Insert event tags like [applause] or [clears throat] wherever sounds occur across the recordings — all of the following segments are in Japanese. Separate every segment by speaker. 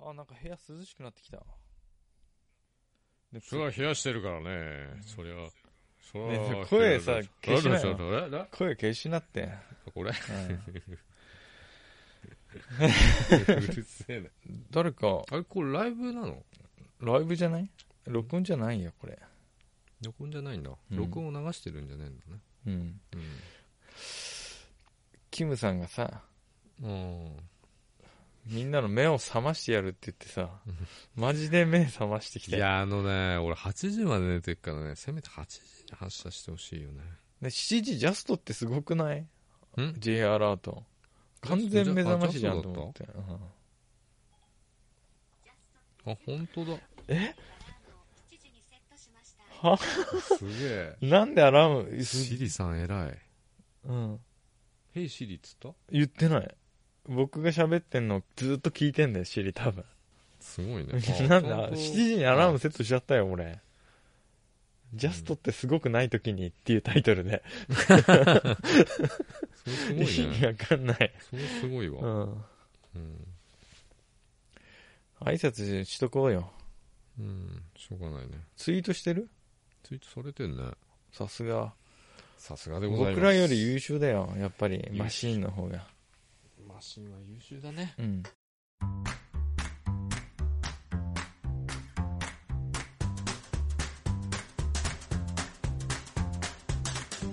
Speaker 1: あ、なんか部屋涼しくなってきた。ね
Speaker 2: それは冷やしてるからね。そりゃ、そり
Speaker 1: ね
Speaker 2: ゃ、
Speaker 1: ね声さ消しなよ
Speaker 2: よ。なな
Speaker 1: 声消しなって。[laughs]
Speaker 2: これ
Speaker 1: うん
Speaker 2: うるせえな。
Speaker 1: 誰か、
Speaker 2: あれ、これライブなの
Speaker 1: ライブじゃない録音じゃないよ、これ。
Speaker 2: 録音じゃないんだ。
Speaker 1: うん
Speaker 2: 録音を流してるんじゃないんだね。
Speaker 1: うん。
Speaker 2: うん
Speaker 1: キムさんがさ、
Speaker 2: うん。
Speaker 1: みんなの目を覚ましてやるって言ってさ、マジで目覚ましてき
Speaker 2: い
Speaker 1: て。
Speaker 2: や、あのね、俺8時まで寝てるからね、せめて8時に発射してほしいよね。
Speaker 1: ね7時ジャストってすごくない
Speaker 2: ん
Speaker 1: ?J アラート。完全目覚ましじゃんと思って。うん
Speaker 2: あ、本当だ。
Speaker 1: え
Speaker 2: すげえ。
Speaker 1: なんでアラー [laughs] ム、す
Speaker 2: シリさん偉い。
Speaker 1: うん。
Speaker 2: ヘイシリっつった
Speaker 1: 言ってない。僕が喋ってんのずっと聞いてんだよ、シリ多分。。
Speaker 2: すごいね
Speaker 1: [laughs] なんだ、
Speaker 2: あ
Speaker 1: 7時にアラームセットしちゃったよ、俺。ジャストってすごくない時にっていうタイトルで。
Speaker 2: それすご
Speaker 1: 意
Speaker 2: い
Speaker 1: 味
Speaker 2: ね。
Speaker 1: わかん [laughs] ない。
Speaker 2: それすごいうわ。
Speaker 1: ん。
Speaker 2: うん。
Speaker 1: 挨拶しとこうよ。
Speaker 2: うん、しょうがないね。
Speaker 1: ツイートしてる
Speaker 2: ツイートされてんね。
Speaker 1: さすが。
Speaker 2: さすがでございます。
Speaker 1: 僕らより優秀だよ、やっぱり。マシーンの方が。
Speaker 2: マシンは優秀だね。
Speaker 1: うん。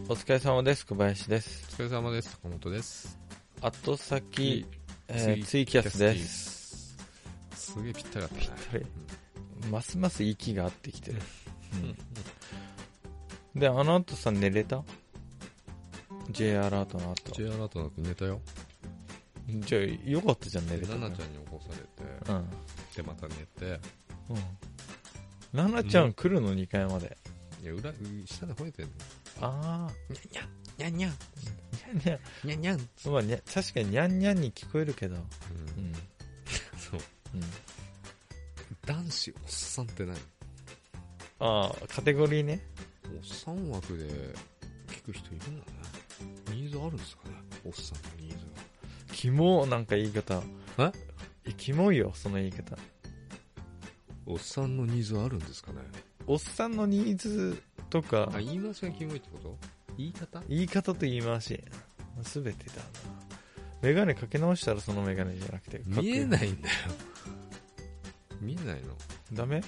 Speaker 1: お疲れ様です、小林です。
Speaker 2: お疲れ様です。坂本です。
Speaker 1: 後先、えー、
Speaker 2: ツ
Speaker 1: ツ
Speaker 2: イ
Speaker 1: イ
Speaker 2: キ
Speaker 1: キ
Speaker 2: ャ
Speaker 1: ャス
Speaker 2: スで
Speaker 1: です。
Speaker 2: す。すげえぴったりだったね。
Speaker 1: ぴったりますます息が合ってきてる。
Speaker 2: うん
Speaker 1: で、あの後さ、寝れた ?J アラートの後。
Speaker 2: J アラートなんて寝たよ。
Speaker 1: じゃあ、よかったじゃん、寝れ
Speaker 2: で、
Speaker 1: た
Speaker 2: ナ
Speaker 1: から。
Speaker 2: ナちゃんに起こされて、
Speaker 1: うん。
Speaker 2: で、また寝て、
Speaker 1: うん。ナナちゃん来るの、2階まで。
Speaker 2: いや、裏、下で吠えてんの。
Speaker 1: ああ。
Speaker 2: にゃんにゃん、
Speaker 1: にゃんにゃん。
Speaker 2: にゃんにゃん。
Speaker 1: まあ、にゃ確かににゃんにゃんに聞こえるけど。
Speaker 2: う
Speaker 1: うんん。
Speaker 2: そう。
Speaker 1: うん。
Speaker 2: 男子おっさんって何
Speaker 1: ああ、カテゴリーね。
Speaker 2: おっさん枠で聞く人いるんだね。ニーズあるんですかねおっさんのニーズが。
Speaker 1: キモなんか言い方。
Speaker 2: え
Speaker 1: えキモいよ、その言い方。
Speaker 2: おっさんのニーズあるんですかね
Speaker 1: おっさんのニーズとか
Speaker 2: あ、、言い回しがキモいってこと言い方
Speaker 1: 言い方と言い回し、すべてだな。メガネかけ直したらそのメガネじゃなくて。。
Speaker 2: 見えないいんだよ。見えないの。
Speaker 1: ダメ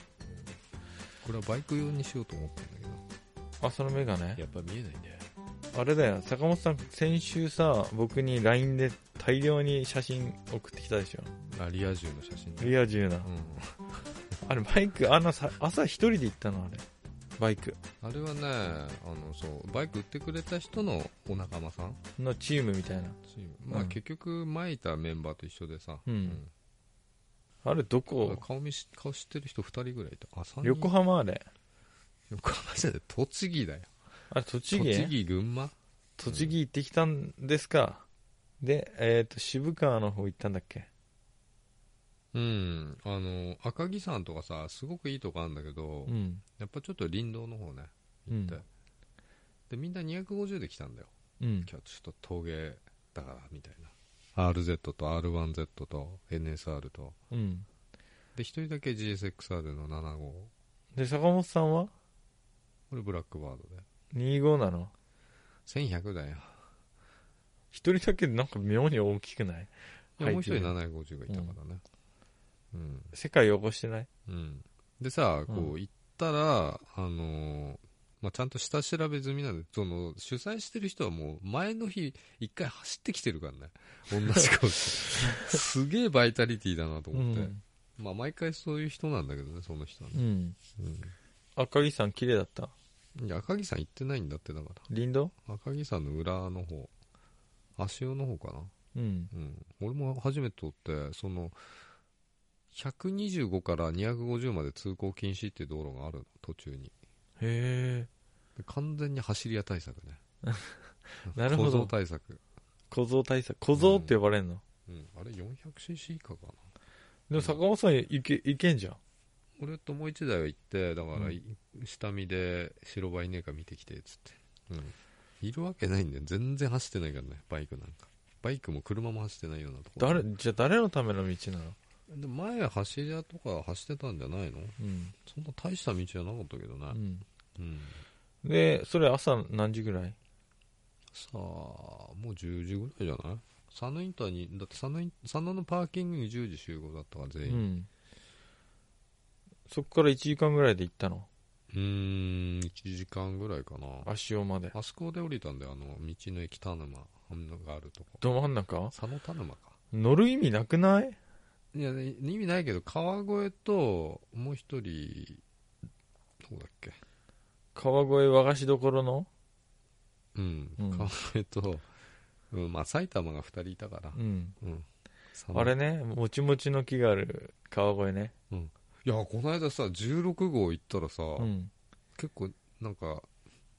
Speaker 2: これはバイク用にしようと思ったんだけど
Speaker 1: あ、そのメガネ
Speaker 2: やっぱ見えないんだよ
Speaker 1: あれだよ、坂本さん、先週さ、僕に LINE で大量に写真送ってきたでしょ。
Speaker 2: あリア充の写真
Speaker 1: リア充な
Speaker 2: う。ん
Speaker 1: あれ、バイク、あのさ、朝一人で行ったの、あれ。バイク。
Speaker 2: あれはねあのそうバイク売ってくれた人のお仲間さん
Speaker 1: のチームみたいな。
Speaker 2: チームまあ、
Speaker 1: うん
Speaker 2: 結局まいたメンバーと一緒でさ、
Speaker 1: うんあれ、ど
Speaker 2: うん
Speaker 1: こ
Speaker 2: 顔見し顔知ってる人2人ぐらいいたあ三人
Speaker 1: 横浜あれ。
Speaker 2: 横浜じゃない栃木だよ
Speaker 1: あれ、栃木栃
Speaker 2: 栃
Speaker 1: 木
Speaker 2: 木群馬
Speaker 1: 行ってきたんですか。で、えっ、と、渋川の方行ったんだっけ。
Speaker 2: うんあの赤城山とかさすごくいいとこあるんだけど、
Speaker 1: うん。
Speaker 2: やっぱちょっと林道の方ね行って、
Speaker 1: うん
Speaker 2: でみんな250で来たんだよ
Speaker 1: うん。
Speaker 2: 今日ちょっと陶芸だからみたいな RZ と R1Z と NSR と
Speaker 1: うん。
Speaker 2: で一人だけ GSXR の7号
Speaker 1: で、坂本さんは
Speaker 2: これブラックバードで
Speaker 1: ?25 なの
Speaker 2: 1100だよ
Speaker 1: 一人だけなんか妙に大きくない
Speaker 2: いやもう一人
Speaker 1: 背景
Speaker 2: 750がいたからねうん、
Speaker 1: 世界汚してない
Speaker 2: うん、でさこ
Speaker 1: う
Speaker 2: う行ったら、あのーまあ、ちゃんと下調べ済みなんでその主催してる人はもう前の日一回走ってきてるからね同
Speaker 1: [laughs]
Speaker 2: じ顔してすげえバイタリティだなと思って、
Speaker 1: うん。
Speaker 2: まあ毎回そういう人なんだけどねその人はね
Speaker 1: うん。
Speaker 2: うん
Speaker 1: 赤城さん綺麗だった
Speaker 2: いや赤城さん行ってないんだってだか
Speaker 1: 林道
Speaker 2: ら赤城さんの裏の方足尾の方かな
Speaker 1: うん。
Speaker 2: うん俺も初めて通ってその125から250まで通行禁止っていう道路があるの途中に
Speaker 1: へえ。
Speaker 2: で完全に走り屋対策ね
Speaker 1: [laughs] なるほど
Speaker 2: 構造対策、
Speaker 1: 小僧対策。小僧って呼ばれんの、
Speaker 2: うん、あれ 400cc 以下かな
Speaker 1: でも坂本さんいけ、いけんじゃん。
Speaker 2: 俺ともう一台は行ってだから、
Speaker 1: うん
Speaker 2: い下見で白バイねえか見てきてっつって、うん、いるわけないんだよ全然走ってないからねバイクなんかバイクも車も走ってないようなとこ
Speaker 1: 誰、じゃあ誰のための道なの
Speaker 2: で前は走り屋とか走ってたんじゃないの
Speaker 1: うん。
Speaker 2: そんな大した道じゃなかったけど
Speaker 1: う。
Speaker 2: ね
Speaker 1: ん。
Speaker 2: うん。
Speaker 1: で、それ朝何時ぐらい
Speaker 2: さあ、もう10時ぐらいじゃない佐野インターに、だって佐野イン佐野のパーキングに10時集合だったから全
Speaker 1: う
Speaker 2: 員。
Speaker 1: ん。そこから1時間ぐらいで行ったの。
Speaker 2: うーん、1時間ぐらいかな。
Speaker 1: 足尾まで。
Speaker 2: あそこで降りたんだよ、あの、道の駅田沼、あんのがあるとこ。
Speaker 1: ど真ん中
Speaker 2: 佐野田沼か。
Speaker 1: 乗る意味なくない
Speaker 2: いや、ね意味ないけど、川越と、もう一人、どこだっけ。
Speaker 1: 川越和菓子どころの
Speaker 2: うん、
Speaker 1: うん
Speaker 2: 川越と、うん、まあ埼玉が2人いたから
Speaker 1: う。ん。
Speaker 2: うん。佐野
Speaker 1: あれね、もちもちの木がある川越ね。
Speaker 2: いや、この間さ、16号行ったらさ、
Speaker 1: うん。
Speaker 2: 結構、なんか、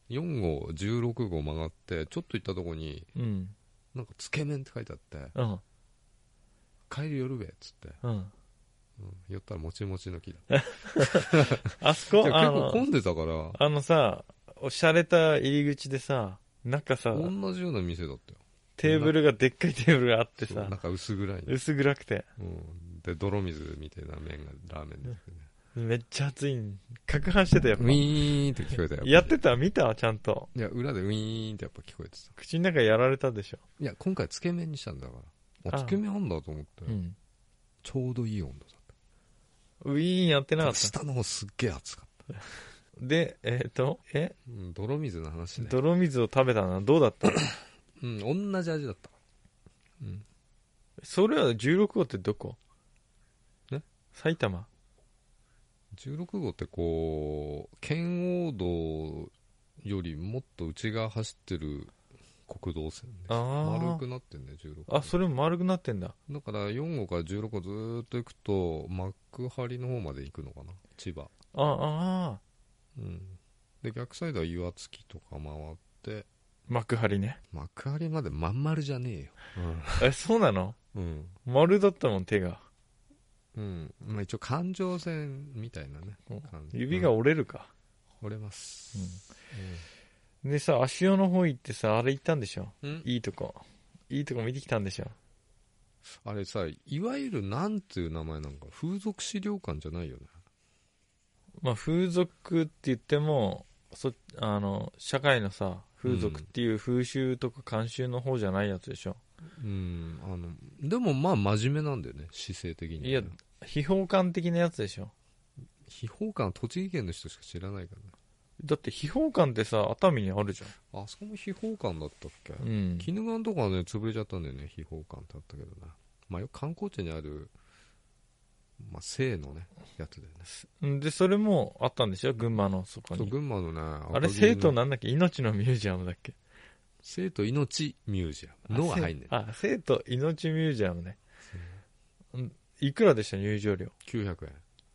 Speaker 2: 4号、16号曲がって、ちょっと行ったとこに、
Speaker 1: うん。
Speaker 2: なんか、つけ麺って書いてあって、
Speaker 1: うん。
Speaker 2: 帰り寄るべ、っつって。 [laughs]
Speaker 1: うん。
Speaker 2: うん、寄ったら、もちもちの木だ。
Speaker 1: あそ
Speaker 2: い
Speaker 1: こ
Speaker 2: や
Speaker 1: あ
Speaker 2: 結構
Speaker 1: の、
Speaker 2: 混んでたから、
Speaker 1: あのさ、おしゃれた入り口でさ、中さ、
Speaker 2: 同じような店だったよ。
Speaker 1: テーブルが、でっかいテーブルがあって
Speaker 2: そう
Speaker 1: さ
Speaker 2: な、んか薄暗いね、
Speaker 1: 薄暗くて、
Speaker 2: うん。で、泥水みたいな麺が、ラーメンですけどね。
Speaker 1: めっちゃ暑いん。攪拌してたやっ
Speaker 2: ウ
Speaker 1: ぱ。
Speaker 2: ィーンって聞こえたよ。
Speaker 1: やってた見たちゃんと。
Speaker 2: いや、裏でウィーンってやっぱ聞こえてた。
Speaker 1: 口の中やられたでしょ。
Speaker 2: いや、今回、つけ麺にしたんだから。
Speaker 1: あ
Speaker 2: あ、つけ麺あんだと思って、
Speaker 1: うん。
Speaker 2: ちょうどいい温度だった。
Speaker 1: ウィーンやってなかった。
Speaker 2: 下の方すっげえ暑かっ
Speaker 1: で、えっ、と、え
Speaker 2: た、うん、泥水の話ね、
Speaker 1: 泥水を食べたのはどうだったの
Speaker 2: うん、同じ味だった、うん、
Speaker 1: それは16号ってどこ
Speaker 2: え
Speaker 1: 埼玉
Speaker 2: 16号ってこう圏央道よりもっと内側走ってる国道線で
Speaker 1: あー
Speaker 2: 丸くなってんね16号
Speaker 1: あ、それも丸くなってんだ。
Speaker 2: だから4号から16号ずーっと行くと幕張の方まで行くのかな千葉
Speaker 1: あ、ああ、
Speaker 2: うんで逆サイドは岩槻とか回って
Speaker 1: 幕張ね。
Speaker 2: 幕張までまん丸じゃねえ
Speaker 1: え、
Speaker 2: よ
Speaker 1: そうなの
Speaker 2: うん、うん
Speaker 1: 丸だったもん、手が。
Speaker 2: うんまあ、一応環状線みたいなね
Speaker 1: うん
Speaker 2: 感じ
Speaker 1: 指が折れるか。
Speaker 2: 折れます、
Speaker 1: でさ、足尾の方行ってさ、あれ行ったんでしょ
Speaker 2: うん
Speaker 1: いいとこ。いいとこ見てきたんでしょ
Speaker 2: あれさいわゆるなんていう名前なんか風俗資料館じゃないよね
Speaker 1: まあ、風俗って言っても、そ、あの、社会のさ、風俗っていう風習とか慣習の方じゃないやつでしょ、
Speaker 2: うんあのでもまあ真面目なんだよね姿勢的にはね、
Speaker 1: いや批評官的なやつでしょ
Speaker 2: 秘宝館は栃木県の人しか知らないからね
Speaker 1: だって批評官ってさ、熱海にあるじ
Speaker 2: あそこも秘宝館だったっけ
Speaker 1: ゃん。うん。
Speaker 2: 鬼怒川のとこはね潰れちゃったんだよね秘宝館ってあったけどねまあよく観光地にあるまあ性のねやつだよね
Speaker 1: うんで、それもあったんでしょ群馬のそこ
Speaker 2: そう
Speaker 1: に。
Speaker 2: 群馬のね
Speaker 1: あれ、
Speaker 2: 赤城の
Speaker 1: 生徒なんだっけ命のミュージアムだっけ
Speaker 2: 生徒命ミュージアムのが入んねん
Speaker 1: あ、生徒命ミュージアムね。うんいくらでした入場料。
Speaker 2: 900円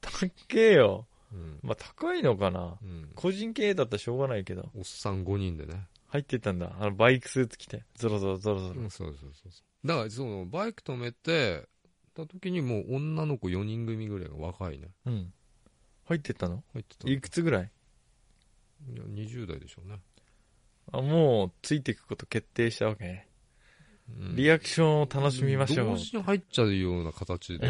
Speaker 1: 高っけえよ。
Speaker 2: うん、
Speaker 1: まあ、高いのかな
Speaker 2: うん、
Speaker 1: 個人経営だったらしょうがないけど。
Speaker 2: おっさん5人でね
Speaker 1: 入ってったんだ。あの、バイクスーツ着て。ゾロゾロゾロゾロ。
Speaker 2: うん、そうそうそうそうだからそのバイク止めてた時にもう女の子4人組ぐらいが若いね
Speaker 1: うん。入ってったの
Speaker 2: 入ってたの
Speaker 1: いくつぐらい
Speaker 2: いや20代でしょうね、
Speaker 1: あ、もう、ついていくこと決定したわけね。
Speaker 2: うん
Speaker 1: リアクションを楽しみましょう
Speaker 2: 同。時に入っちゃうような
Speaker 1: [laughs]
Speaker 2: 形で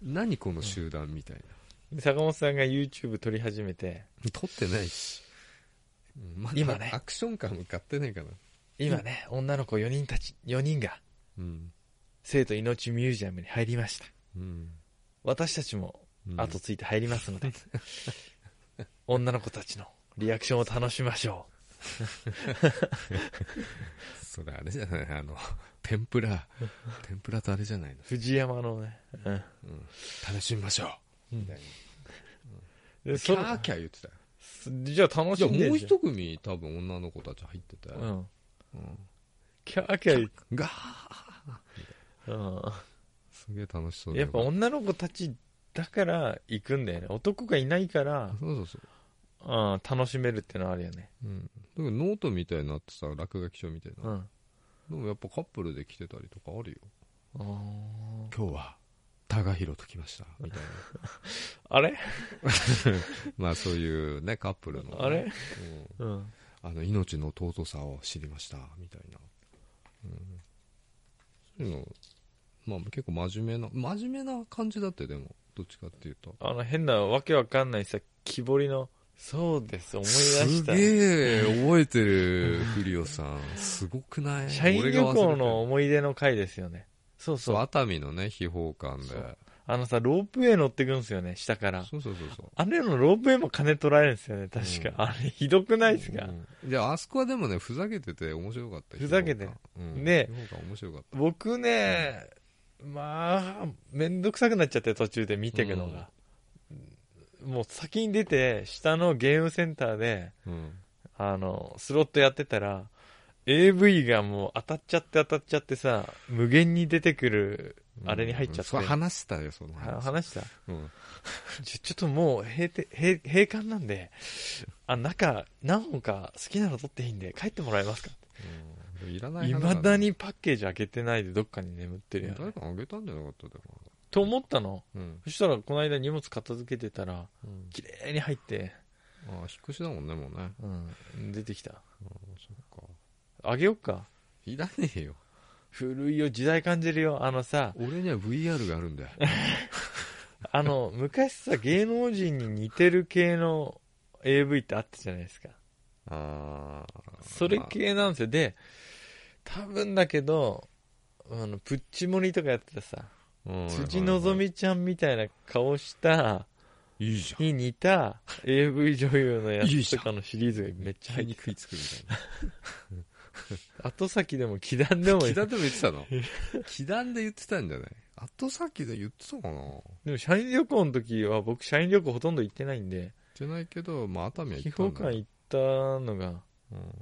Speaker 2: 何この集団みたいな
Speaker 1: 坂本さんが YouTube 撮り始めて、
Speaker 2: 撮ってないし、うんまだ
Speaker 1: 今ね
Speaker 2: アクション感向かってないかな
Speaker 1: 今ね、女の子4人たち、4人が、
Speaker 2: うん
Speaker 1: 生徒命ミュージアムに入りました。
Speaker 2: うん、
Speaker 1: 私たちも
Speaker 2: うん、
Speaker 1: 後ついて入りますの
Speaker 2: [laughs]
Speaker 1: で、女の子たちのリアクションを楽しみましょ
Speaker 2: それあれじゃないあの [laughs] 天ぷら天ぷらとあれじゃないの
Speaker 1: う。藤山のね、
Speaker 2: 楽しみましょう、みたいな
Speaker 1: うん。で
Speaker 2: キ
Speaker 1: そ
Speaker 2: ャ
Speaker 1: の
Speaker 2: ーキャー言ってたよ
Speaker 1: じゃあ楽
Speaker 2: じ
Speaker 1: し
Speaker 2: ゃあ
Speaker 1: んで
Speaker 2: も
Speaker 1: る
Speaker 2: う
Speaker 1: じゃん
Speaker 2: 一組多分女の子たち入ってて、
Speaker 1: うん。
Speaker 2: うん
Speaker 1: キャーキャー言って
Speaker 2: ガー
Speaker 1: う、
Speaker 2: すげえ楽しそうんだ
Speaker 1: や
Speaker 2: よ
Speaker 1: っぱ女の子たちだから行くんだよね男がいないから、
Speaker 2: そうそうそう、
Speaker 1: うん、楽しめるってのはあるよね
Speaker 2: うん、だけどノートみたいになってさ落書き書みたいな、
Speaker 1: うん
Speaker 2: でもやっぱカップルで来てたりとかあるよ
Speaker 1: あ
Speaker 2: 今日はタガヒロと来ましたみたいな
Speaker 1: れ
Speaker 2: まあそういうねカップルのね、
Speaker 1: あれ、
Speaker 2: うん
Speaker 1: うん、
Speaker 2: あの命の尊さを知りましたみたいな、うん、そういうのまあ結構真面目な真面目な感じだってでもどっちかっていうと
Speaker 1: あの変なわけわかんないさ木彫りのそうです思い出した
Speaker 2: すげえ覚えてるフリオさ
Speaker 1: [laughs]
Speaker 2: んすごくない
Speaker 1: 社員
Speaker 2: 俺
Speaker 1: 旅
Speaker 2: が忘れてる
Speaker 1: 行の思い出の回ですよねそう
Speaker 2: そ
Speaker 1: そうう
Speaker 2: 熱海のね秘宝館で
Speaker 1: そうあのさロープウェイ乗ってくんすよね下から
Speaker 2: そうそうそうそう
Speaker 1: あれのロープウェイも金取られるんですよね確か、
Speaker 2: うん
Speaker 1: あれひどくないですか、
Speaker 2: うん、いやあそこはでもねふざけてて面白かった
Speaker 1: ふざけて
Speaker 2: 秘宝館うん、
Speaker 1: ね
Speaker 2: 秘宝館面白かった
Speaker 1: 僕ねまあめんどくさくなっちゃって途中で見てくのが、もう先に出て下のゲームセンターで
Speaker 2: うん
Speaker 1: あのスロットやってたら AV がもう当たっちゃって当たっちゃってさ無限に出てくるあれに入っちゃって、
Speaker 2: そう話したよその
Speaker 1: は
Speaker 2: 話
Speaker 1: 話した
Speaker 2: うん
Speaker 1: ちょちょっともう閉店閉閉館なんであ中何本か好きなの取っていいんで帰ってもらえますか
Speaker 2: うんいらない
Speaker 1: い
Speaker 2: 花
Speaker 1: ま
Speaker 2: ね
Speaker 1: だにパッケージ開けてないでどっかに眠ってるよ、
Speaker 2: 誰
Speaker 1: ね、
Speaker 2: かあげたんじゃなかったでも
Speaker 1: と思ったの
Speaker 2: うん、
Speaker 1: そしたらこの間荷物片付けてたら
Speaker 2: うん、
Speaker 1: 綺麗に入って、
Speaker 2: ああ引っ越しだもんねもうね
Speaker 1: うん、出てきた
Speaker 2: そっか
Speaker 1: あげよっか
Speaker 2: いらねえよ
Speaker 1: 古いよ時代感じるよあのさ
Speaker 2: 俺には VR がある
Speaker 1: [laughs]
Speaker 2: んだよ
Speaker 1: あの昔さ芸能人に似てる系の AV ってあったじゃないですか
Speaker 2: ああ
Speaker 1: それ系なんですよで多分だけどあのプッチモリとかやってたさ辻希美ちゃんみたいな顔した
Speaker 2: いいじゃん
Speaker 1: に似た AV 女優のや
Speaker 2: いい
Speaker 1: つ
Speaker 2: じ
Speaker 1: と
Speaker 2: ゃん
Speaker 1: かのシリーズがめっちゃ入
Speaker 2: 急
Speaker 1: っ
Speaker 2: に
Speaker 1: て
Speaker 2: 食いつくみたい
Speaker 1: 後先でも忌憚でも
Speaker 2: な気団でも言っ
Speaker 1: [laughs]
Speaker 2: てたの気団で言ってたんじゃない後先で言ってたかな言っ
Speaker 1: でも社員旅行の時は僕社員旅行ほとんど行ってないんで
Speaker 2: てないけどまあ熱海は
Speaker 1: 秘
Speaker 2: 行った
Speaker 1: 宝
Speaker 2: んだ
Speaker 1: 館
Speaker 2: よ
Speaker 1: 行ったのが
Speaker 2: うん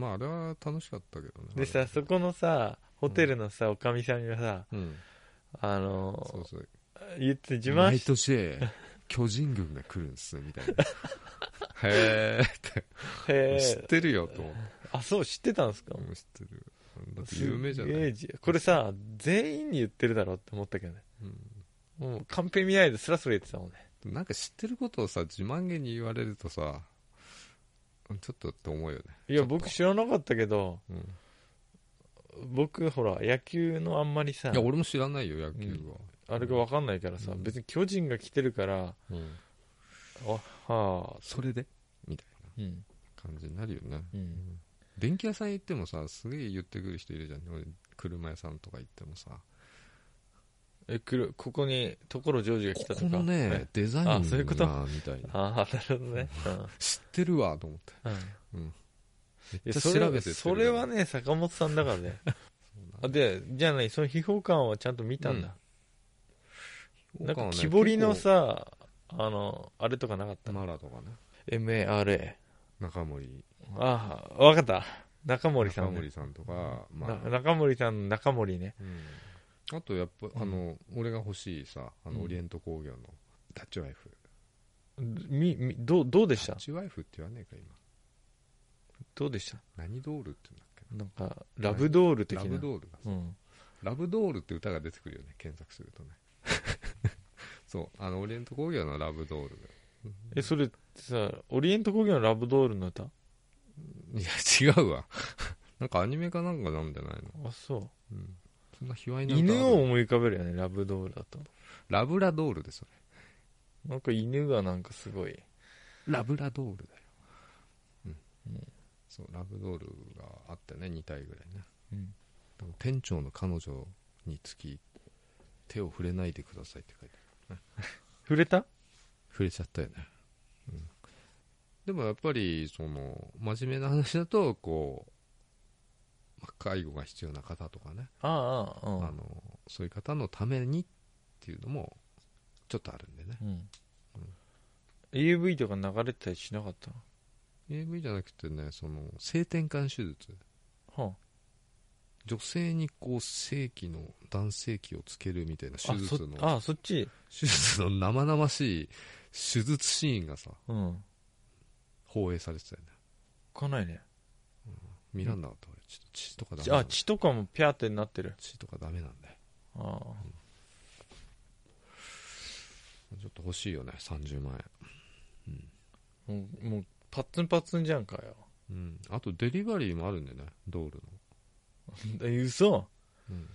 Speaker 2: まああれは楽しかったけどね
Speaker 1: でさそこのさホテルのさ、おかみさんがさ
Speaker 2: うん
Speaker 1: あ
Speaker 2: そ
Speaker 1: の
Speaker 2: うそう
Speaker 1: 言って [laughs] 自慢
Speaker 2: 毎
Speaker 1: し
Speaker 2: 年巨人軍が来るんですみたいな
Speaker 1: [laughs]
Speaker 2: へ
Speaker 1: て
Speaker 2: え知ってるよと思って
Speaker 1: あそう知ってたんですか
Speaker 2: うん知ってるだって有名じゃない
Speaker 1: すげえじこれさ全員に言ってるだろうって思ったけどねもうカンペ見ないでスラスラ言ってたもんね
Speaker 2: うんなんか知ってることをさ自慢げに言われるとさうんちょっとって思うよね
Speaker 1: い
Speaker 2: ち
Speaker 1: や
Speaker 2: ょっと
Speaker 1: 僕知らなかったけど
Speaker 2: うん
Speaker 1: 僕ほら野球のあんまりさ
Speaker 2: いや俺も知らないよ野球
Speaker 1: あれが分かんないからさ、
Speaker 2: うん
Speaker 1: 別に巨人が来てるから
Speaker 2: は、
Speaker 1: あはあ
Speaker 2: それでみたい
Speaker 1: うん
Speaker 2: な感じになるよね
Speaker 1: うん
Speaker 2: 電気屋さん行ってもさすげえ言ってくる人いるじゃん俺車屋さんとか行ってもさ
Speaker 1: えくるここに所ジョージが来た
Speaker 2: こと
Speaker 1: か
Speaker 2: このねデザイン
Speaker 1: あそういうこと
Speaker 2: なみたいな
Speaker 1: ああなるほどね、うん
Speaker 2: 知ってるわと思って
Speaker 1: うん
Speaker 2: めっちゃ
Speaker 1: それ
Speaker 2: 調べてって
Speaker 1: それはね坂本さんだからねあでじゃあねその秘宝館はちゃんと見たんだ、なんか木彫りのさあのあれとかなかった
Speaker 2: マラとかね
Speaker 1: MARA
Speaker 2: 中森
Speaker 1: ああわかった中森さ
Speaker 2: 中
Speaker 1: ん、
Speaker 2: 森
Speaker 1: ね
Speaker 2: さんとかま
Speaker 1: な
Speaker 2: あ
Speaker 1: 中森さんの中森ね
Speaker 2: うんあとやっぱあの俺が欲しいさあ
Speaker 1: う
Speaker 2: の
Speaker 1: ん
Speaker 2: オリエント工業のダッチワイフ
Speaker 1: みみどうどうでし
Speaker 2: ダ
Speaker 1: た
Speaker 2: ッチワイフって言わねえか今
Speaker 1: どうでした
Speaker 2: 何ドールって言うんだっけ
Speaker 1: なんかラブドール的
Speaker 2: ラ
Speaker 1: な
Speaker 2: ブドールだ
Speaker 1: うん、
Speaker 2: ラブドールって歌が出てくるよね検索する
Speaker 1: [laughs]
Speaker 2: とねそうあのオリエント工業のラブドール
Speaker 1: えそれさオリエント工業のラブドールの歌
Speaker 2: いや違うわなんかアニメかなんかなんじゃないの、
Speaker 1: あそう
Speaker 2: うん、そんな卑猥な歌ある
Speaker 1: 犬を思い浮かべるよねラブドールだと
Speaker 2: ラブラドールです
Speaker 1: なんか犬がなんかすごい
Speaker 2: ラブラドールだよ、うんそうラブドールがあってね2体ぐらいね
Speaker 1: うん
Speaker 2: でも店長の彼女につき手を触れないでくださいって書いてある
Speaker 1: 触れた
Speaker 2: 触れちゃったよね、うん、でもやっぱりその真面目な話だとこう、まあ介護が必要な方とかね、
Speaker 1: ああああ
Speaker 2: あのそういう方のためにっていうのもちょっとあるんでね
Speaker 1: うん、AV とか流れてたりしなかった
Speaker 2: AV じゃなくてねその性転換手術
Speaker 1: は
Speaker 2: 女性にこう性器の男性器をつけるみたいな
Speaker 1: あ
Speaker 2: 手術の
Speaker 1: あそあそっち
Speaker 2: 手術の生々しい手術シーンがさ
Speaker 1: うん
Speaker 2: 放映されてたよね
Speaker 1: かないね
Speaker 2: 見らんなかった俺ちょっと血とかダメ
Speaker 1: ち
Speaker 2: な
Speaker 1: あ
Speaker 2: んだ
Speaker 1: 血とかもピャーってなってる
Speaker 2: 血とかダメなんだよ
Speaker 1: ああ
Speaker 2: ちょっと欲しいよね30万
Speaker 1: もうもうパッツンパッツンじゃんかよ [laughs]
Speaker 2: 円うんあとデリバリーもあるんだよねドールの
Speaker 1: え嘘
Speaker 2: うん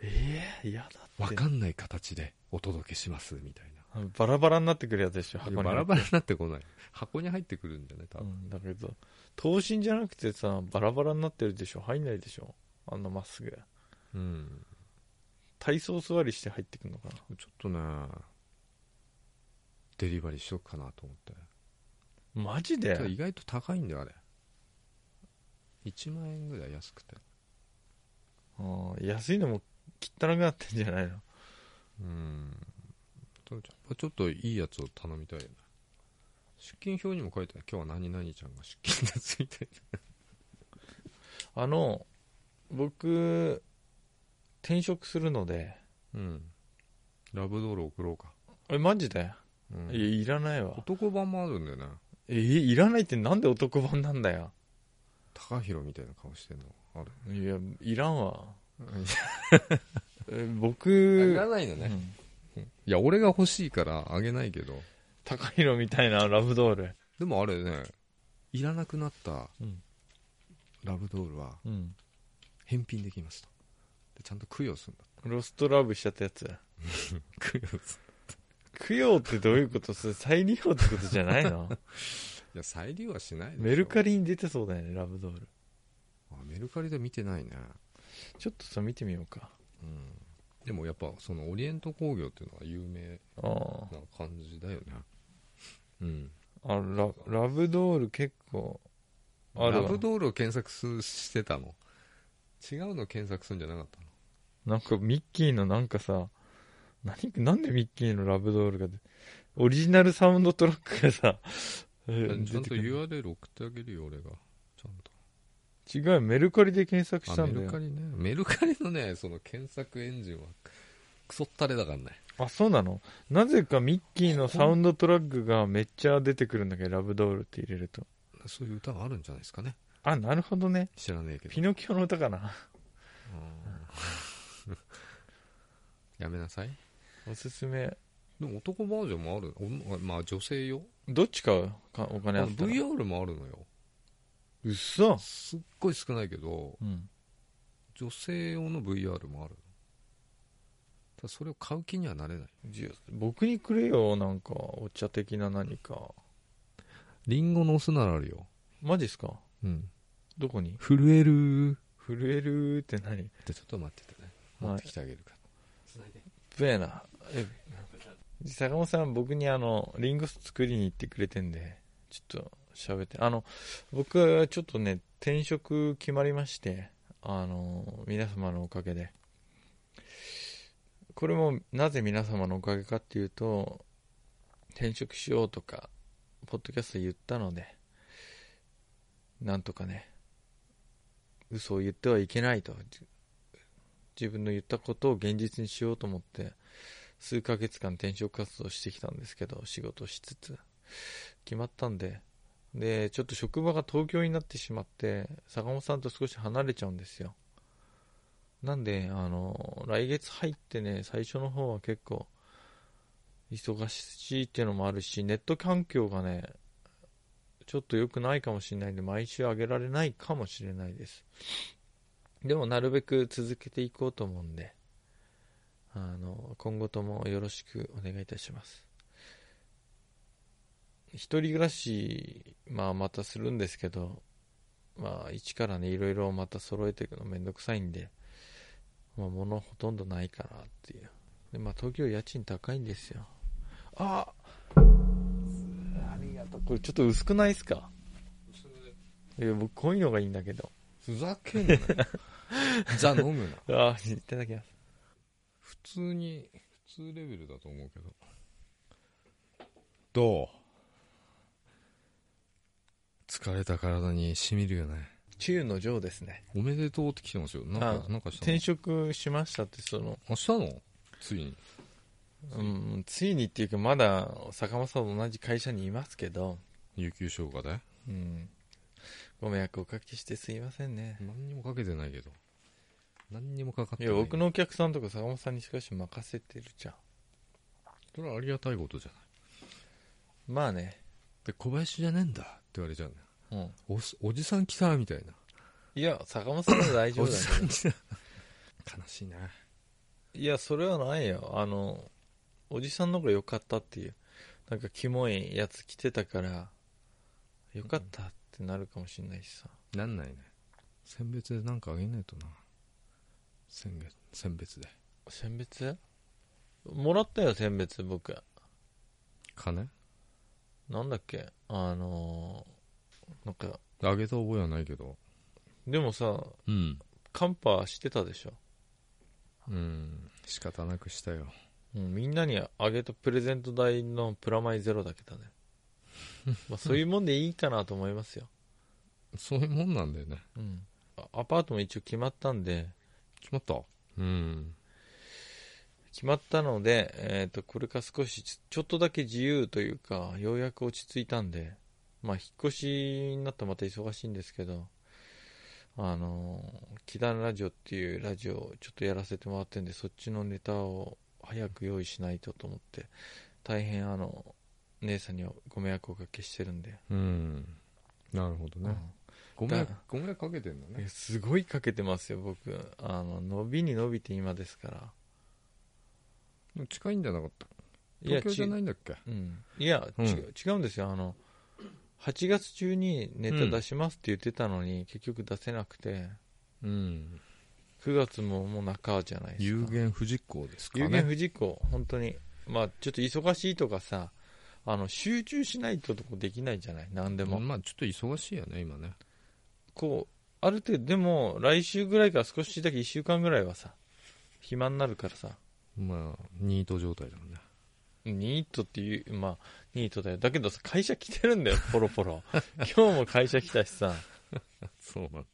Speaker 1: ええやだ
Speaker 2: わかんない形でお届けしますみたいな。
Speaker 1: バラバラになってくるやつでしょ、箱に入って。
Speaker 2: バラバラになってこない。箱に入ってくるんじゃない多
Speaker 1: う
Speaker 2: 分。
Speaker 1: ん、だけど、刀身じゃなくてさ、バラバラになってるでしょ、入んないでしょ、あんなまっすぐ。
Speaker 2: うん。
Speaker 1: 体操座りして入ってくるのかな。
Speaker 2: ちょっとね、デリバリーしようかなと思って。
Speaker 1: マジ
Speaker 2: ただ
Speaker 1: で
Speaker 2: 意外と高いんだよ、あれ。1万円ぐらい安くて。
Speaker 1: うん安いのも汚くなってんじゃないの
Speaker 2: うん。ちょっとちょっといいやつを頼みたいよね。出勤表にも書いてない。今日は何々ちゃんが出勤ですみたい
Speaker 1: あの、僕、転職するので、
Speaker 2: な。うん。ラブドール送ろうか。
Speaker 1: え、マジで
Speaker 2: うん
Speaker 1: いや、いらないわ。
Speaker 2: 男版もあるんだよね。
Speaker 1: え、いらないってなんで男版なんだよ。
Speaker 2: 高弘みたいな顔してんの。ある。
Speaker 1: いや、いらん [laughs] わ。え
Speaker 2: あいら
Speaker 1: 僕、
Speaker 2: ないのね
Speaker 1: う。ん
Speaker 2: いや、俺が欲しいからあげないけど。
Speaker 1: 高弘みたいなラブドール。
Speaker 2: でもあれね、いらなくなった
Speaker 1: うん
Speaker 2: ラブドールは
Speaker 1: うん。
Speaker 2: 返品できますと。で、ちゃんと供養するんだ。
Speaker 1: ロストラブしちゃったや [laughs] つ。
Speaker 2: 供養す
Speaker 1: 供養ってどういうことそれ再利用ってことじゃないの
Speaker 2: いや、再利用はしないでしょ
Speaker 1: メルカリに出てそうだよね、ラブドール。
Speaker 2: あメルカリで見てないね。
Speaker 1: ちょっとさ、見てみようか。
Speaker 2: うん。でもやっぱ、そのオリエント工業っていうのは有名
Speaker 1: ああ。
Speaker 2: な感じだよね。うん。
Speaker 1: あララブドール結構ある
Speaker 2: ラ
Speaker 1: わ
Speaker 2: ブドールを検索すしてたの。違うの検索するんじゃなかったの
Speaker 1: なんかミッキーのなんかさ何なんでミッキーのラブドールが出オリジナルサウンドトラックがさえ出
Speaker 2: ちゃん
Speaker 1: て
Speaker 2: と
Speaker 1: くる
Speaker 2: URL 送ってあげるよ、俺が。ちゃんと。
Speaker 1: 違うよメルカリで検索し
Speaker 2: あ
Speaker 1: た
Speaker 2: メ
Speaker 1: んだ
Speaker 2: ルカ
Speaker 1: よ
Speaker 2: リね。メルカリのね、その検索エンジンは、クソったれだからね。
Speaker 1: あそうなのなぜかミッキーのサウンドトラックがめっちゃ出てくるんだけどラブドールって入れると
Speaker 2: そういう歌があるんじゃないですかね。
Speaker 1: あなるほどね
Speaker 2: 知らねえけど
Speaker 1: ピ。ノキオの歌かな
Speaker 2: うん [laughs] やめなさい。
Speaker 1: おすすめ
Speaker 2: でも男バージョンもある。おまあ女性用。
Speaker 1: どっち買うかお金あ
Speaker 2: あ
Speaker 1: ったら
Speaker 2: VR もあるのよ。
Speaker 1: うっそ、
Speaker 2: すっごい少ないけど、
Speaker 1: うん、
Speaker 2: 女性用の VR もあるの。ただそれを買う気にはなれない。
Speaker 1: じゃあ僕にくれよなんかお茶的な何か
Speaker 2: リンゴの酢ならあるよ。
Speaker 1: マジっすか
Speaker 2: うん。
Speaker 1: どこに
Speaker 2: 震える
Speaker 1: 震えるって何
Speaker 2: ってちょっと待ってて
Speaker 1: は
Speaker 2: ね。
Speaker 1: い
Speaker 2: 持ってきてあげるから。
Speaker 1: ぶやなえ坂本さん僕にあのリンゴ酢作りに行ってくれてんでちょっと喋ってあの僕はちょっとね転職決まりましてあの皆様のおかげでこれもなぜ皆様のおかげかっていうと転職しようとかポッドキャストで言ったのでなんとかね嘘を言ってはいけないと自分の言ったことを現実にしようと思って数ヶ月間転職活動してきたんですけど仕事しつつ決まったんででちょっと職場が東京になってしまって坂本さんと少し離れちゃうんですよなんであの来月入ってね最初の方は結構忙しいっていうのもあるしネット環境がねちょっと良くないかもしれないんで毎週上げられないかもしれないですでもなるべく続けていこうと思うんで、あの、今後ともよろしくお願いいたします。一人暮らし、まあまたするんですけど、まあ一からね、いろいろまた揃えていくのめんどくさいんで、まあ物ほとんどないかなっていう。で、まあ東京家賃高いんですよ。あありがとう。これちょっと薄くないですかいや、僕こういうのがいいんだけど。
Speaker 2: ふざ
Speaker 1: [laughs]
Speaker 2: けんなよ。じゃあ飲むな。
Speaker 1: ああ、いただきます。
Speaker 2: 普通に普通レベルだと思うけどどう疲れた体にしみるよね
Speaker 1: チューの上ですね。
Speaker 2: おめでとうって来てますよなんか
Speaker 1: あ
Speaker 2: なんかしたの
Speaker 1: 転職しましたってその、
Speaker 2: あしたのついに
Speaker 1: うん、ついにっていうかまだ坂本さんと同じ会社にいますけど、
Speaker 2: 有給消化で
Speaker 1: うん、ご迷惑をおかけしてすいませんね
Speaker 2: 何にもかけてないけど何にもかかっ
Speaker 1: い
Speaker 2: てな
Speaker 1: や
Speaker 2: い
Speaker 1: 僕のお客さんとか坂本さんにしかし任せてるじゃん
Speaker 2: それはありがたいことじゃない
Speaker 1: まあね、
Speaker 2: で小林じゃねえんだって言われちゃうね
Speaker 1: うん、
Speaker 2: おすおじさん来たみたいない
Speaker 1: や坂本さんは大丈
Speaker 2: お
Speaker 1: 夫
Speaker 2: じ
Speaker 1: だ
Speaker 2: さ
Speaker 1: け
Speaker 2: ん
Speaker 1: ど
Speaker 2: 来た悲しいな
Speaker 1: いや、それはないよ。あの、おじさんの方が良かったっていう。なんか、キモいやつ着てたから、良かったってなるかもしれないしさ。
Speaker 2: なんないね選別でなんかあげないとな選別選別で
Speaker 1: 選別もらったよ、選別、僕。
Speaker 2: 金
Speaker 1: なんだっけあのーなんか、
Speaker 2: あげた覚えはないけど
Speaker 1: でもさ、
Speaker 2: うん
Speaker 1: カンパしてたでしょ。
Speaker 2: うん仕方なくしたよ
Speaker 1: うん、みんなにあげたプレゼント代のプラマイゼロだけど [laughs] ね。まあそういうもんでいいかなと思いますよ。
Speaker 2: そういうもんなんだよね
Speaker 1: うん。あアパートも一応決まったんで、
Speaker 2: 決まったうん
Speaker 1: 決まったので、えー、とこれから少しちちょっとだけ自由というかようやく落ち着いたんで、まあ、引っ越しになったらまた忙しいんですけどあのー「祈願ラジオ」っていうラジオをちょっとやらせてもらってるんでそっちのネタを早く用意しないとと思って大変あの姉さんにはご迷惑をおかけしてるんで、
Speaker 2: うんなるほどね、ごめん
Speaker 1: だ
Speaker 2: ごめんかけてんだ
Speaker 1: うん
Speaker 2: ね
Speaker 1: えすごいかけてますよ僕あの伸びに伸びて今ですから
Speaker 2: でも近いんじゃなかった
Speaker 1: いや
Speaker 2: 東京じゃ
Speaker 1: ち
Speaker 2: ないんだっけ
Speaker 1: うん、いや、
Speaker 2: うん
Speaker 1: ち違うんですよあの8月中にネタ出しますって言ってたのに、結局出せなくて
Speaker 2: うん
Speaker 1: 9月ももう中じゃないです
Speaker 2: 有
Speaker 1: か
Speaker 2: 言不実行ですかね
Speaker 1: 有言不実行本当にまあちょっと忙しいとかさあの集中しないととこできないじゃない何でも、
Speaker 2: まあちょっと忙しいよね今ね
Speaker 1: こうある程度でも来週ぐらいから少しだけ1週間ぐらいはさ暇になるからさ
Speaker 2: まあニート状態だもんね
Speaker 1: ニートっていうまあニートだよだけどさ会社来てるんだよポロポ
Speaker 2: [laughs]
Speaker 1: ロ今日も会社来たしさ
Speaker 2: そうなん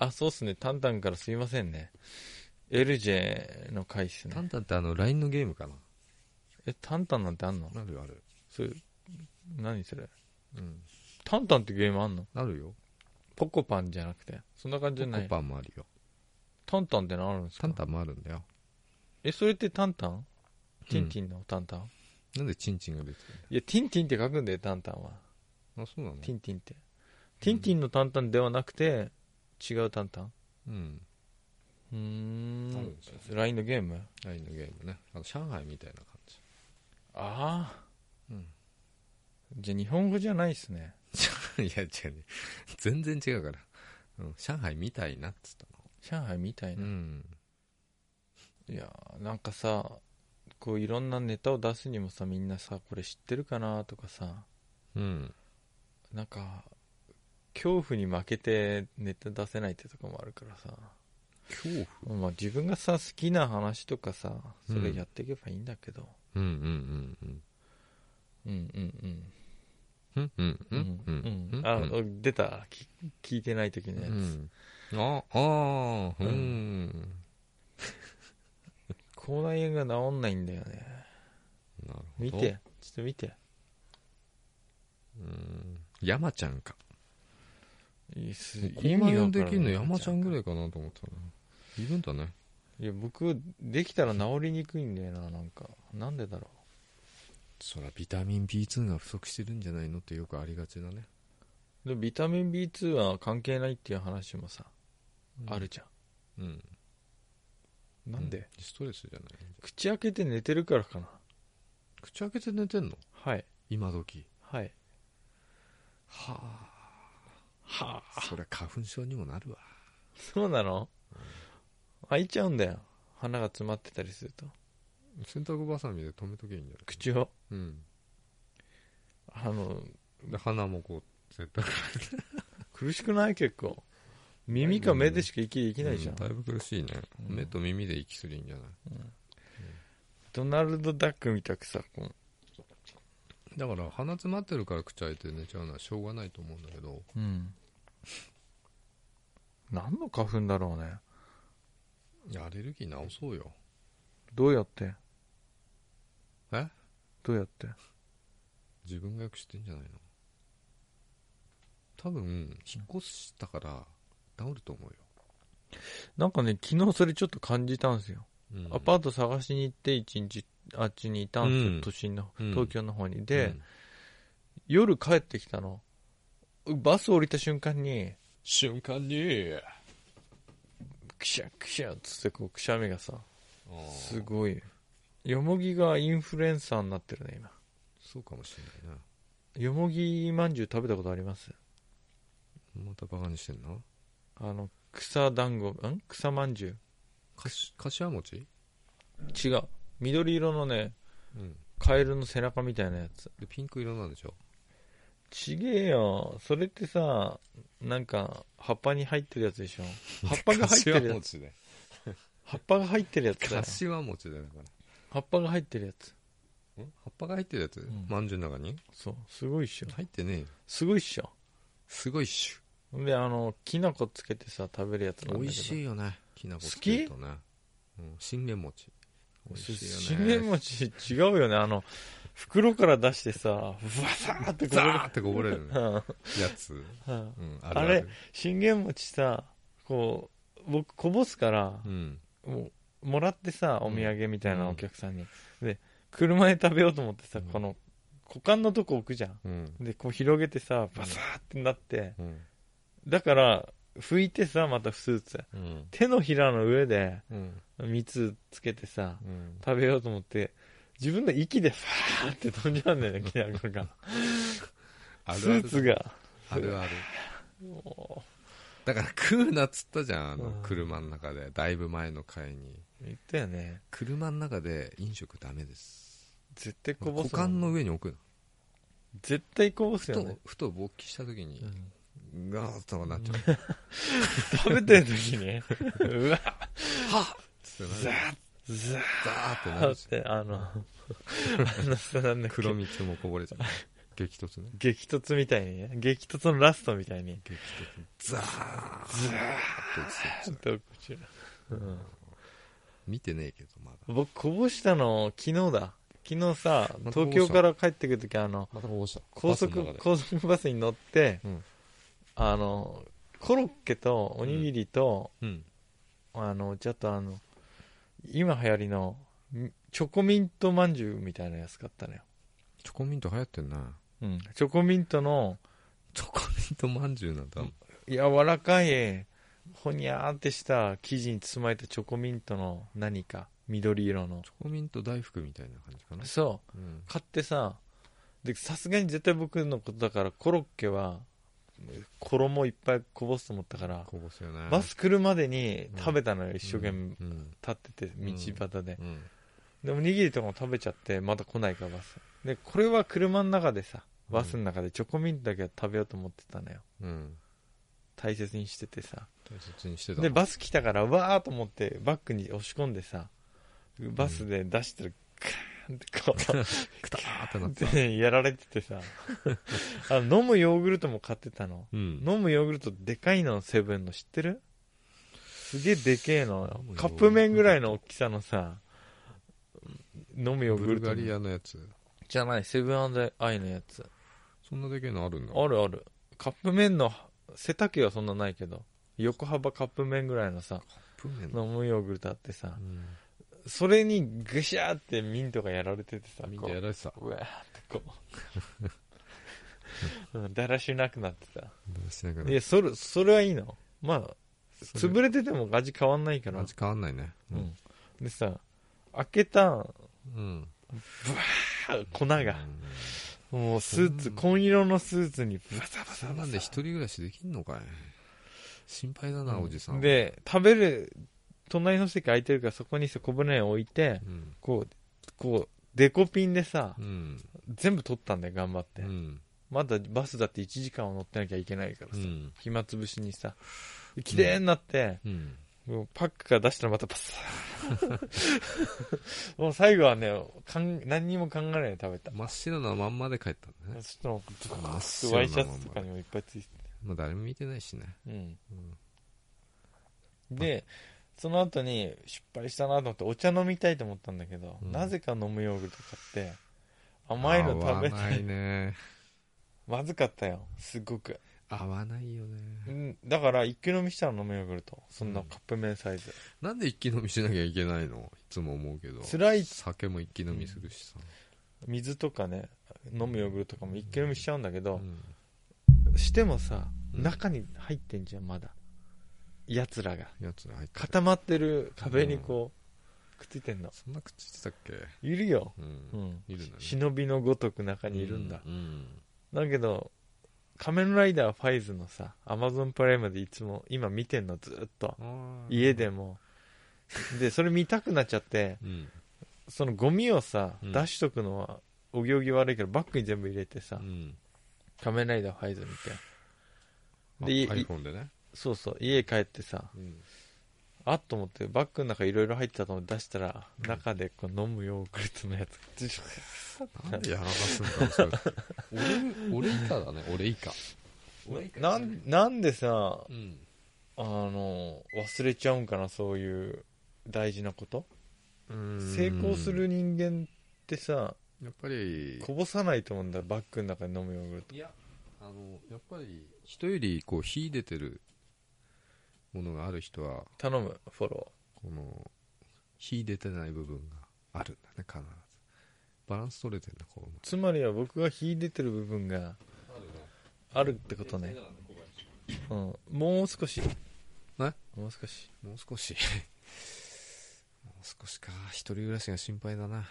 Speaker 1: あ、そうっすね。タンタンからすいませんね。LJ の回っす
Speaker 2: タ
Speaker 1: ね。
Speaker 2: ンタンってあの LINE のゲームかな
Speaker 1: え、タンタンなんてあんの
Speaker 2: あるよある
Speaker 1: それ、何それ。
Speaker 2: うん
Speaker 1: タンタンってゲームあんの
Speaker 2: あるよ
Speaker 1: ポコパンじゃなくて。そんな感じ
Speaker 2: ポ
Speaker 1: じゃな
Speaker 2: コ
Speaker 1: い。
Speaker 2: パンもあるよ
Speaker 1: タンタンってのあるんですか
Speaker 2: タンタンもあるんだよ
Speaker 1: え、それってタンタンティンティンのタンタン、
Speaker 2: なんでチンチンが出てる
Speaker 1: いや、ティンティンって書くんだよ、タンタンは。
Speaker 2: のあそうなの
Speaker 1: ティンティンって。ティンティンのタンタンではなくて、違うタンタン
Speaker 2: うん
Speaker 1: うー
Speaker 2: ある
Speaker 1: ん
Speaker 2: んですよ。
Speaker 1: LINE のゲーム
Speaker 2: LINE のゲームねあの上海みたいな感じ [laughs]
Speaker 1: ああ。
Speaker 2: うん
Speaker 1: じゃあ日本語じゃないっすね。
Speaker 2: いや違うね全然違うから、うん、上海みたいなっつった
Speaker 1: 上海みたいな
Speaker 2: のう。ん
Speaker 1: いやーなんかさこういろんなネタを出すにもさみんなさこれ知ってるかなとかさ
Speaker 2: うん
Speaker 1: なんか恐怖に負けてネタ出せないってとこもあるからさ、
Speaker 2: 恐怖
Speaker 1: まあ、自分がさ好きな話とかさそれやっていけばいいんだけど、
Speaker 2: うんうんうん
Speaker 1: うん、うん
Speaker 2: うんうんう
Speaker 1: うん
Speaker 2: んうんうんうん
Speaker 1: あ、出たき聞いてない時のやつ、
Speaker 2: うんああーう
Speaker 1: うん口内炎が治んないんだよね
Speaker 2: なるほど
Speaker 1: 見てちょっと見て
Speaker 2: うん山ちゃんか
Speaker 1: いいっす
Speaker 2: こんなにできるの
Speaker 1: 意味わからない
Speaker 2: 山ちゃんぐらいかなと思ったないるんだね
Speaker 1: いや僕できたら治りにくいんだよななんかなんでだろう
Speaker 2: そらビタミン B2 が不足してるんじゃないのってよくありがちだね
Speaker 1: でビタミン B2 は関係ないっていう話もさ、
Speaker 2: うん
Speaker 1: あるじゃ
Speaker 2: うん
Speaker 1: んなんで、
Speaker 2: うストレスじゃない
Speaker 1: 口開けて寝てるからかな
Speaker 2: 口開けて寝てんの
Speaker 1: はい
Speaker 2: 今時
Speaker 1: はい
Speaker 2: はあ
Speaker 1: はあ
Speaker 2: そりゃ花粉症にもなるわ
Speaker 1: そうなの、開いちゃうんだよ鼻が詰まってたりすると
Speaker 2: 洗濯バサミで止めとけばいいんじゃない
Speaker 1: 口を
Speaker 2: うん
Speaker 1: あの
Speaker 2: で鼻もこう洗濯
Speaker 1: 苦しくない結構耳か目でしか息できないじゃん、
Speaker 2: うだいぶ苦しいね、
Speaker 1: うん
Speaker 2: 目と耳で息すりゃいいんじゃない
Speaker 1: ドナルド・ダックみたくさこう
Speaker 2: だから鼻詰まってるから口開いて寝ちゃうのはしょうがないと思うんだけど
Speaker 1: うん何の花粉だろうね
Speaker 2: いやアレルギー治そうよ
Speaker 1: どうやって
Speaker 2: え
Speaker 1: どうやって
Speaker 2: 自分がよく知ってんじゃないの多分引っ越したから治ると思うよ、
Speaker 1: なんかね昨日それちょっと感じたんですよ
Speaker 2: うん
Speaker 1: アパート探しに行って一日あっちにいたんですよ、
Speaker 2: うん
Speaker 1: 都心の
Speaker 2: うん
Speaker 1: 東京の方に、で、夜帰ってきたのバス降りた瞬間に
Speaker 2: 瞬間に
Speaker 1: クシャクシャっつってこうくしゃみがさ
Speaker 2: あー
Speaker 1: すごいよもぎがインフルエンサーになってるね今
Speaker 2: そうかもしれないな
Speaker 1: よもぎまんじゅう食べたことあります
Speaker 2: またバカにしてんな
Speaker 1: あの草団子ん草まんじゅ
Speaker 2: かし柏餅
Speaker 1: う違う緑色のね
Speaker 2: うん
Speaker 1: カエルの背中みたいなやつ
Speaker 2: でピンク色なんでしょ
Speaker 1: ちげえよそれってさなんか葉っぱに入ってるやつでしょ葉っぱが入ってる
Speaker 2: 柏
Speaker 1: やつ
Speaker 2: 餅で
Speaker 1: 葉っぱが入ってるやつだよ
Speaker 2: 柏餅だよだから
Speaker 1: 葉っぱが入ってるやつ
Speaker 2: ん葉っぱが入ってるやつ、
Speaker 1: ん
Speaker 2: まんじゅうの中に
Speaker 1: そうすごいっしょ
Speaker 2: 入ってねえよ
Speaker 1: すごいっしょ
Speaker 2: すごいっしゅ
Speaker 1: であのきな粉つけてさ食べるやつなんだけど
Speaker 2: 美味し
Speaker 1: い
Speaker 2: いよねきな粉
Speaker 1: 好き
Speaker 2: つけるとねうん信玄餅美味し
Speaker 1: し
Speaker 2: いよね
Speaker 1: め餅違うよねあの袋から出してさわさーってこ
Speaker 2: ザーってこぼれる
Speaker 1: ぼ
Speaker 2: ね
Speaker 1: れるうん
Speaker 2: やつ、
Speaker 1: うん
Speaker 2: うん、あ
Speaker 1: あ
Speaker 2: るあ
Speaker 1: れ
Speaker 2: る
Speaker 1: 信玄餅さこう僕こぼすから
Speaker 2: う、ん
Speaker 1: もうもらってさお土産みたいな
Speaker 2: うん
Speaker 1: お客さんに、で車で食べようと思ってさ、
Speaker 2: うん
Speaker 1: この股間のとこ置くじゃん
Speaker 2: うん
Speaker 1: でこう広げてさバサーってなって
Speaker 2: うん
Speaker 1: だから拭いてさまたスーツ
Speaker 2: うん
Speaker 1: 手のひらの上で
Speaker 2: うん
Speaker 1: 蜜つけてさ
Speaker 2: うん
Speaker 1: 食べようと思って自分の息でファーって飛んじゃうんだよねきな粉が
Speaker 2: あ
Speaker 1: スーツが
Speaker 2: あるある
Speaker 1: も
Speaker 2: だから食うなっつったじゃんあの
Speaker 1: うん
Speaker 2: 車の中でだいぶ前の回に
Speaker 1: う言ったよね
Speaker 2: 車の中で飲食ダメです
Speaker 1: 絶対こぼ
Speaker 2: 股
Speaker 1: すも
Speaker 2: 間
Speaker 1: ん
Speaker 2: の上に置く
Speaker 1: 絶対こぼす
Speaker 2: な
Speaker 1: よ
Speaker 2: ふ
Speaker 1: ね
Speaker 2: とふと勃起した時
Speaker 1: う
Speaker 2: に
Speaker 1: ん
Speaker 2: ガーッとなっちゃう
Speaker 1: 食べてる時 [laughs] にうわ
Speaker 2: つって
Speaker 1: ザ
Speaker 2: なる
Speaker 1: ーザ
Speaker 2: ザーってな
Speaker 1: ー
Speaker 2: る
Speaker 1: っ
Speaker 2: して
Speaker 1: あのあのさなんだっけ
Speaker 2: 黒蜜もこぼれちゃう激突ね
Speaker 1: 激突みたいにね激突のラストみたいに
Speaker 2: 激突ザー
Speaker 1: ズ
Speaker 2: ッと
Speaker 1: ー
Speaker 2: 落ちてっちゃ
Speaker 1: ッとこちら、うん、
Speaker 2: う見てねえけどまだ
Speaker 1: 僕こぼしたの昨日だ昨日さ
Speaker 2: またこぼ
Speaker 1: 東京
Speaker 2: した
Speaker 1: から帰ってくる時あの
Speaker 2: またこぼした
Speaker 1: 高速高速バスに乗って、
Speaker 2: うん
Speaker 1: あのコロッケとおにぎりと、
Speaker 2: うん
Speaker 1: あのちょっとあの今流行りのんチョコミントまんじゅうみたいなやつ買ったのよ、
Speaker 2: チョコミント流行ってんな
Speaker 1: うん、チョコミントの
Speaker 2: チョコミントまんじゅうなんだ
Speaker 1: 柔らかいほにゃーってした生地に包まれたチョコミントの何か緑色の
Speaker 2: チョコミント大福みたいな感じかな
Speaker 1: そう
Speaker 2: うん
Speaker 1: 買ってさでさすがに絶対僕のことだからコロッケは衣いっぱいこぼすと思ったから
Speaker 2: こぼすよね
Speaker 1: バス来るまでに食べたのよ、一生懸命
Speaker 2: うん
Speaker 1: 立ってて道端で、
Speaker 2: うん
Speaker 1: でも握りとかも食べちゃってまだ来ないからバスでこれは車の中でさバスの中でチョコミントだけは食べようと思ってたのよ
Speaker 2: うん
Speaker 1: 大切にしててさ
Speaker 2: 大切にしてた
Speaker 1: でバス来たからわーと思ってバッグに押し込んでさバスで出してるカーンってこう
Speaker 2: クターってなって
Speaker 1: でやられてて
Speaker 2: [laughs]
Speaker 1: さあの飲むヨーグルトも買ってたの
Speaker 2: うん
Speaker 1: 飲むヨーグルトでかいのセブンの知ってるすげえでけえの
Speaker 2: 飲むヨーグルト
Speaker 1: カップ麺ぐらいの大きさのさ飲むヨーグ
Speaker 2: ブル
Speaker 1: ルト
Speaker 2: ガリアのやつ
Speaker 1: じゃないセブンアイのやつ
Speaker 2: そんなでけえのあるんだ
Speaker 1: あるあるカップ麺の背丈はそんなないけど横幅カップ麺ぐらいのさ
Speaker 2: プーメン
Speaker 1: 飲むヨーグルトあってさ
Speaker 2: うん
Speaker 1: それにぐしゃーってミントがやられててさ
Speaker 2: みん
Speaker 1: こ
Speaker 2: な
Speaker 1: う
Speaker 2: やられてた
Speaker 1: うわーってこう、うん、だらしなくなってた
Speaker 2: してない
Speaker 1: い
Speaker 2: け
Speaker 1: やそれそれはいいのまあ
Speaker 2: ど
Speaker 1: 潰れてても味変わんないから
Speaker 2: 味変わんないね
Speaker 1: うんでさ開けた
Speaker 2: うん
Speaker 1: 粉がもうスーツ紺色のスーツにバサバサ
Speaker 2: そ
Speaker 1: バ
Speaker 2: んなん
Speaker 1: サ
Speaker 2: で一人暮らしできんのかい心配だなおじさん
Speaker 1: で食べる隣の席空いてるからそこにさ小舟を置いて
Speaker 2: うん
Speaker 1: こうこうデコピンでさ
Speaker 2: うん
Speaker 1: 全部取ったんだよ頑張って、
Speaker 2: うん
Speaker 1: まだバスだって1時間は乗ってなきゃいけないから
Speaker 2: う
Speaker 1: さ、
Speaker 2: ん
Speaker 1: 暇つぶしにさ綺麗になって、
Speaker 2: うん
Speaker 1: もうパックから出したらまたパ [laughs] スもう最後はねかん何にも考えないで食べた
Speaker 2: 真っ白なまんまで帰ったんだね
Speaker 1: ちょっともう
Speaker 2: 真っ白な
Speaker 1: ワイシャツとかにもいっぱいついて
Speaker 2: まあ誰も見てないしね
Speaker 1: てうん
Speaker 2: うん
Speaker 1: でその後に失敗したなと思ってお茶飲みたいと思ったんだけど、
Speaker 2: うん
Speaker 1: なぜか飲むヨーグルト買って甘いの食べ
Speaker 2: 合
Speaker 1: て
Speaker 2: わないね
Speaker 1: まずかったよすごく、
Speaker 2: 合わないよね
Speaker 1: うん、だから一気飲みしたの飲むヨーグルトそんなカップ麺サイズ、
Speaker 2: なんで一気飲みしなきゃいけないのいつも思うけど
Speaker 1: 辛い
Speaker 2: 酒も一気飲みするしさ
Speaker 1: 水とかね飲むヨーグルトとかも一気飲みしちゃうんだけど、
Speaker 2: うん
Speaker 1: してもさ、
Speaker 2: うん
Speaker 1: 中に入ってんじゃんまだやつらが
Speaker 2: やつら入ってる
Speaker 1: 固まってる壁にこくっついてんの
Speaker 2: そんな口言ってたっけ
Speaker 1: いるよ、
Speaker 2: う。
Speaker 1: うんん、
Speaker 2: いるんだね。
Speaker 1: 忍びのごとく中にいるんだ、
Speaker 2: うん。うん
Speaker 1: だけど仮面ライダーファイズのさアマゾンプライムでいつも今見てんのずっと
Speaker 2: あー
Speaker 1: 家でもでそれ見たくなっちゃって
Speaker 2: うん。
Speaker 1: そのゴミをさ、
Speaker 2: うん
Speaker 1: 出しとくのはお行儀悪いからバッグに全部入れてさ、
Speaker 2: うん。
Speaker 1: 仮面ライダーファイズ見
Speaker 2: あ
Speaker 1: てでい
Speaker 2: iPhone でね。
Speaker 1: そうそう家帰ってさ
Speaker 2: うん。
Speaker 1: あっと思ってバッグの中いろいろ入ってたと思って出したら、
Speaker 2: うん
Speaker 1: 中でこう飲むヨーグルトのやつジュシュ
Speaker 2: なんでやらかすんだろうそ
Speaker 1: [laughs]
Speaker 2: れ、俺、俺以下だね。俺以下。俺以下
Speaker 1: な
Speaker 2: だね
Speaker 1: んなんでさ
Speaker 2: うん。
Speaker 1: あの忘れちゃうんかなそういう大事なこと
Speaker 2: うん
Speaker 1: 成功する人間ってさ
Speaker 2: やっぱり
Speaker 1: こぼさないと思うんだバッグの中で飲むヨーグルト
Speaker 2: いやあのやっぱり人よりこう秀でてるものがある人は
Speaker 1: 頼むフォロ
Speaker 2: この秀でてない部分があるんだね必ずバランス取れてんだこ
Speaker 1: ーつまりは僕が秀でてる部分が
Speaker 2: う
Speaker 1: あるってことね、うん、もう少し
Speaker 2: え
Speaker 1: もう少し
Speaker 2: もう少しもう少しか一人暮らしが心配だな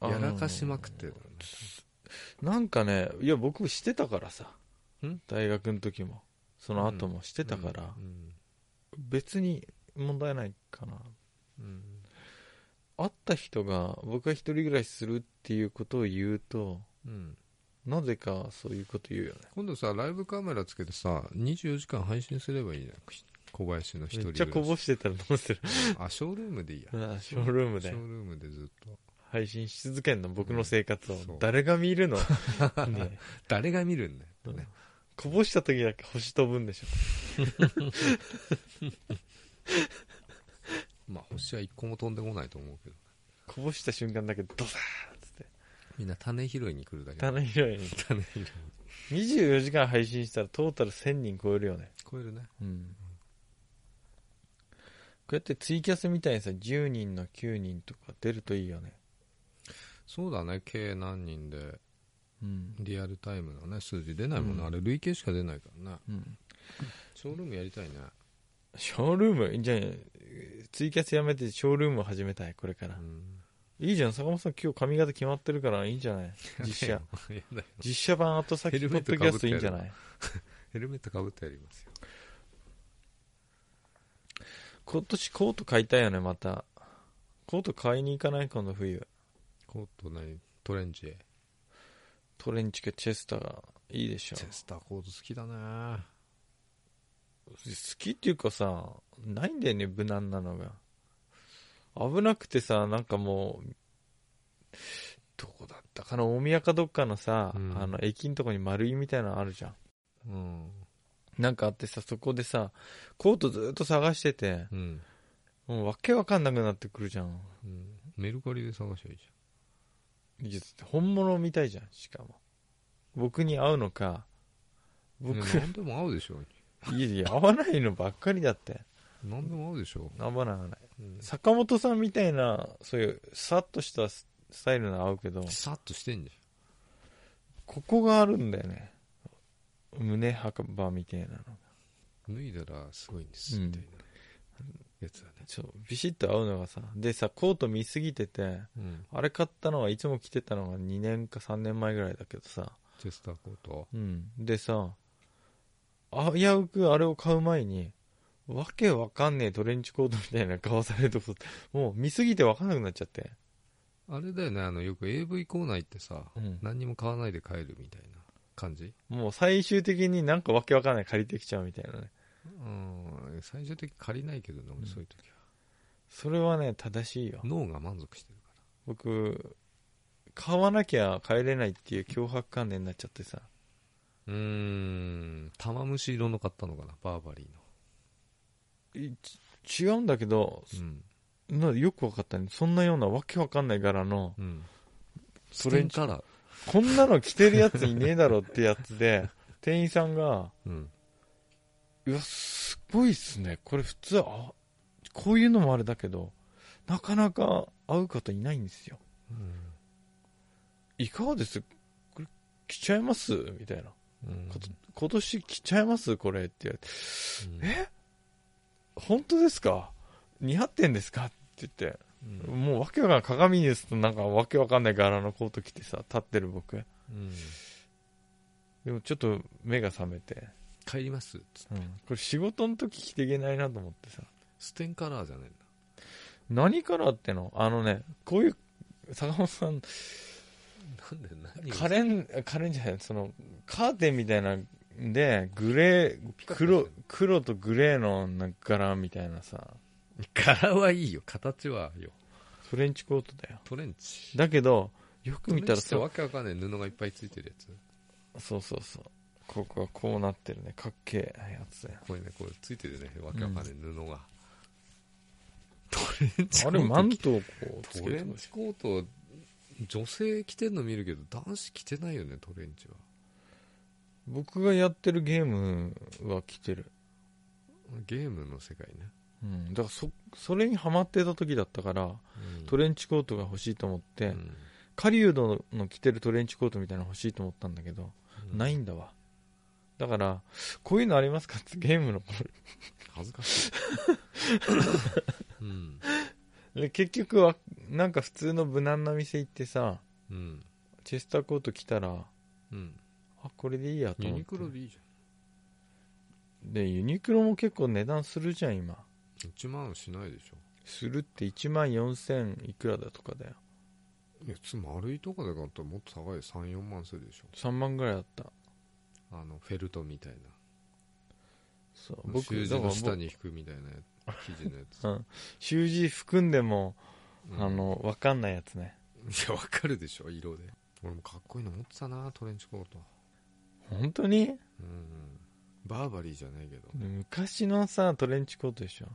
Speaker 1: あの
Speaker 2: やらかしまくってるね
Speaker 1: なんかねいや僕してたからさ
Speaker 2: ん
Speaker 1: 大学の時もその後もしてたから、
Speaker 2: うん
Speaker 1: 別に問題ないかな
Speaker 2: うん
Speaker 1: 会った人が僕が一人暮らしするっていうことを言うと
Speaker 2: うん
Speaker 1: なぜかそういうこと言うよね
Speaker 2: 今度さライブカメラつけてさ24時間配信すればいいじゃん小林の一
Speaker 1: め
Speaker 2: 人
Speaker 1: っちゃこぼしてたらどう
Speaker 2: [laughs]
Speaker 1: する
Speaker 2: あショールームでいいや
Speaker 1: あショールーム
Speaker 2: ショ
Speaker 1: で
Speaker 2: ールームでずっと
Speaker 1: 配信し続けんの僕の生活を、
Speaker 2: うんそう
Speaker 1: 誰が見る
Speaker 2: [laughs]
Speaker 1: の、ね
Speaker 2: 誰が見るんだよ、ね
Speaker 1: こぼした時だけ星飛ぶんでしょ
Speaker 2: まあ星は一個も飛んでこないと思うけど
Speaker 1: こぼした瞬間だけドサーッつって
Speaker 2: みんな種拾いに来るだけ
Speaker 1: 棚広い
Speaker 2: [laughs]
Speaker 1: に
Speaker 2: 種拾い
Speaker 1: 24時間配信したらトータル1000人超えるよね
Speaker 2: 超えるね
Speaker 1: うんこうやってツイキャスみたいにさ10人の9人とか出るといいよね
Speaker 2: そうだね計何人で
Speaker 1: うん、
Speaker 2: リアルタイムのね数字出ないもんね、
Speaker 1: うん
Speaker 2: あれ累計しか出ないからね
Speaker 1: うん、
Speaker 2: ショールームやりたいね
Speaker 1: ショールームじゃあツイキャスやめてショールームを始めたいこれか
Speaker 2: う
Speaker 1: ら、
Speaker 2: ん
Speaker 1: いいじゃん坂本さん今日髪型決まってるからいいんじゃない
Speaker 2: [laughs]
Speaker 1: 実写
Speaker 2: やだよ
Speaker 1: 実写版後先
Speaker 2: ヘル
Speaker 1: ポ
Speaker 2: メ
Speaker 1: ッ
Speaker 2: ット
Speaker 1: ド
Speaker 2: 被
Speaker 1: キャストいいんじゃない
Speaker 2: ヘルメットかぶってやりますよ
Speaker 1: 今年コート買いたいよねまたコート買いに行かない今度冬
Speaker 2: コート何トレンチ
Speaker 1: トレンチかチェスターがいいでしょ
Speaker 2: チェスターコート好きだね
Speaker 1: 好きっていうかさないんだよね無難なのが危なくてさなんかもうどこだったかな大宮かどっかのさ、
Speaker 2: うん
Speaker 1: あの駅のとこに丸いみたいなのあるじゃん
Speaker 2: うん
Speaker 1: なんかあってさそこでさコートずっと探してて
Speaker 2: うん、
Speaker 1: もうわけわかんなくなってくるじゃん
Speaker 2: うん、メルカリで探しゃいいじ
Speaker 1: いや本物みたいじゃんしかも僕に合うのか
Speaker 2: ゃん
Speaker 1: 僕、
Speaker 2: ね何でも合うでしょ
Speaker 1: いやいや合わないのばっかりだって
Speaker 2: 何でも合うでしょ、
Speaker 1: 合わない合わない
Speaker 2: うん
Speaker 1: 坂本さんみたいなそういうさっとしたススタイルの合うけど
Speaker 2: さっとしてんじゃん
Speaker 1: ここがあるんだよね胸幅みたいなの
Speaker 2: 脱いだらすごいんです
Speaker 1: うん
Speaker 2: みたいなやつだね、
Speaker 1: そうビシッと合うのがさでさコート見すぎててあれ買ったのはいつも着てたのが2年か3年前ぐらいだけどさ
Speaker 2: チェスターコート
Speaker 1: うんでさ危うくあれを買う前にわけわかんねえトレンチコートみたいな顔されるとこもう見すぎてわかんなくなっちゃって
Speaker 2: あれだよねあのよく AV コーナー行ってさ、
Speaker 1: うん
Speaker 2: 何にも買わないで帰るみたいな感じ
Speaker 1: もう最終的になんかわけわかんない借りてきちゃうみたいなね
Speaker 2: うん最終的に借りないけどね俺そういう時は、
Speaker 1: それはね正しいよ
Speaker 2: 脳が満足してるか
Speaker 1: 僕買わなきゃ帰れないっていう脅迫観念になっちゃってさ
Speaker 2: らうーん玉虫色の買ったのかなバーバリ
Speaker 1: いち違うんだけど
Speaker 2: ーのうん
Speaker 1: なよく分かったねそんなようなわけわかんない柄の
Speaker 2: うん
Speaker 1: そ
Speaker 2: そ
Speaker 1: れ
Speaker 2: れ
Speaker 1: に
Speaker 2: から
Speaker 1: こんなの着てるやついねえだろってやつで [laughs] 店員さんが
Speaker 2: うん
Speaker 1: 「うわすごいっすねこれ普通あこういうのもあれだけどなかなか会う方いないんですよ
Speaker 2: うん
Speaker 1: いかがですこれ着ちゃいます?」みたいな
Speaker 2: うん
Speaker 1: こと「今年着ちゃいますこれ」って言われて
Speaker 2: うん
Speaker 1: 本当ですか似合ってんですかって言って、
Speaker 2: うん
Speaker 1: もうわけわかんない鏡に映すとなんかわけわかんない柄のコート着てさ立ってる僕
Speaker 2: うん
Speaker 1: でもちょっと目が覚めて、
Speaker 2: 帰りますつ
Speaker 1: うん、これ仕事の時着ていけないなと思ってさ
Speaker 2: ステンカラーじゃね
Speaker 1: 何カラーってのあのねこういう坂本さん
Speaker 2: えんだなんで何
Speaker 1: カレンカレンじゃないそのカーテンみたいなんでグレー黒黒とグレーのなんか柄みたいなさ
Speaker 2: 柄はいいよ形はよ
Speaker 1: フレンチコートだよ
Speaker 2: トレンチ
Speaker 1: だけどよく見たら
Speaker 2: トレンチって
Speaker 1: そ
Speaker 2: わけわかんない布がいっぱいついてるやつ
Speaker 1: そうそうそうここはこうなってるねかっけえやつだ
Speaker 2: [laughs]
Speaker 1: よ
Speaker 2: これねこれついてるねわけわかんない布が、トレンチ
Speaker 1: あれマントをこうつ
Speaker 2: ト
Speaker 1: け
Speaker 2: レ
Speaker 1: て
Speaker 2: ン
Speaker 1: ま
Speaker 2: チコート女性着てんの見るけど男子着てないよねトレンチは
Speaker 1: 僕がやってるゲームは来てる、
Speaker 2: ゲームの世界ね、
Speaker 1: うん、だからそそれにハマってた時だったからト
Speaker 2: レ
Speaker 1: レンチコートが欲しいと思って、
Speaker 2: ン
Speaker 1: 狩人のの着てるトレンチコートみたいなの欲しいと思ったんだけど、ないんだわだからこういうのありますか [laughs] ってゲームのこ
Speaker 2: 恥ずかしい、うん
Speaker 1: れで結局はなんか普通の無難な店行ってさ
Speaker 2: うん
Speaker 1: チェスターコート着たら
Speaker 2: うん、
Speaker 1: あこれでいいやと
Speaker 2: ユ
Speaker 1: 思っ
Speaker 2: ニ
Speaker 1: て
Speaker 2: クロでいいじ
Speaker 1: でユニクロも結構値段するじゃん今
Speaker 2: ゃん1万しないでしょ
Speaker 1: するって1万4000いくらだとかだよ
Speaker 2: いやつ丸いとかで買ったらもっと高い34万するでしょ
Speaker 1: 3万ぐらいだった
Speaker 2: あのフェルトみたいな
Speaker 1: そう
Speaker 2: 僕
Speaker 1: 僕
Speaker 2: 習字
Speaker 1: だから
Speaker 2: の
Speaker 1: 僕
Speaker 2: 下に引くみたいなやつ生地のやつ、
Speaker 1: うん習字含んでも、
Speaker 2: うん
Speaker 1: あの分かんないやつね
Speaker 2: いやわかるでしょ色で俺もかっこいいの持ってたなトレンチコート
Speaker 1: 本当に
Speaker 2: うんうんバーバリーじゃないけど
Speaker 1: 昔のさトレンチコートでしょ、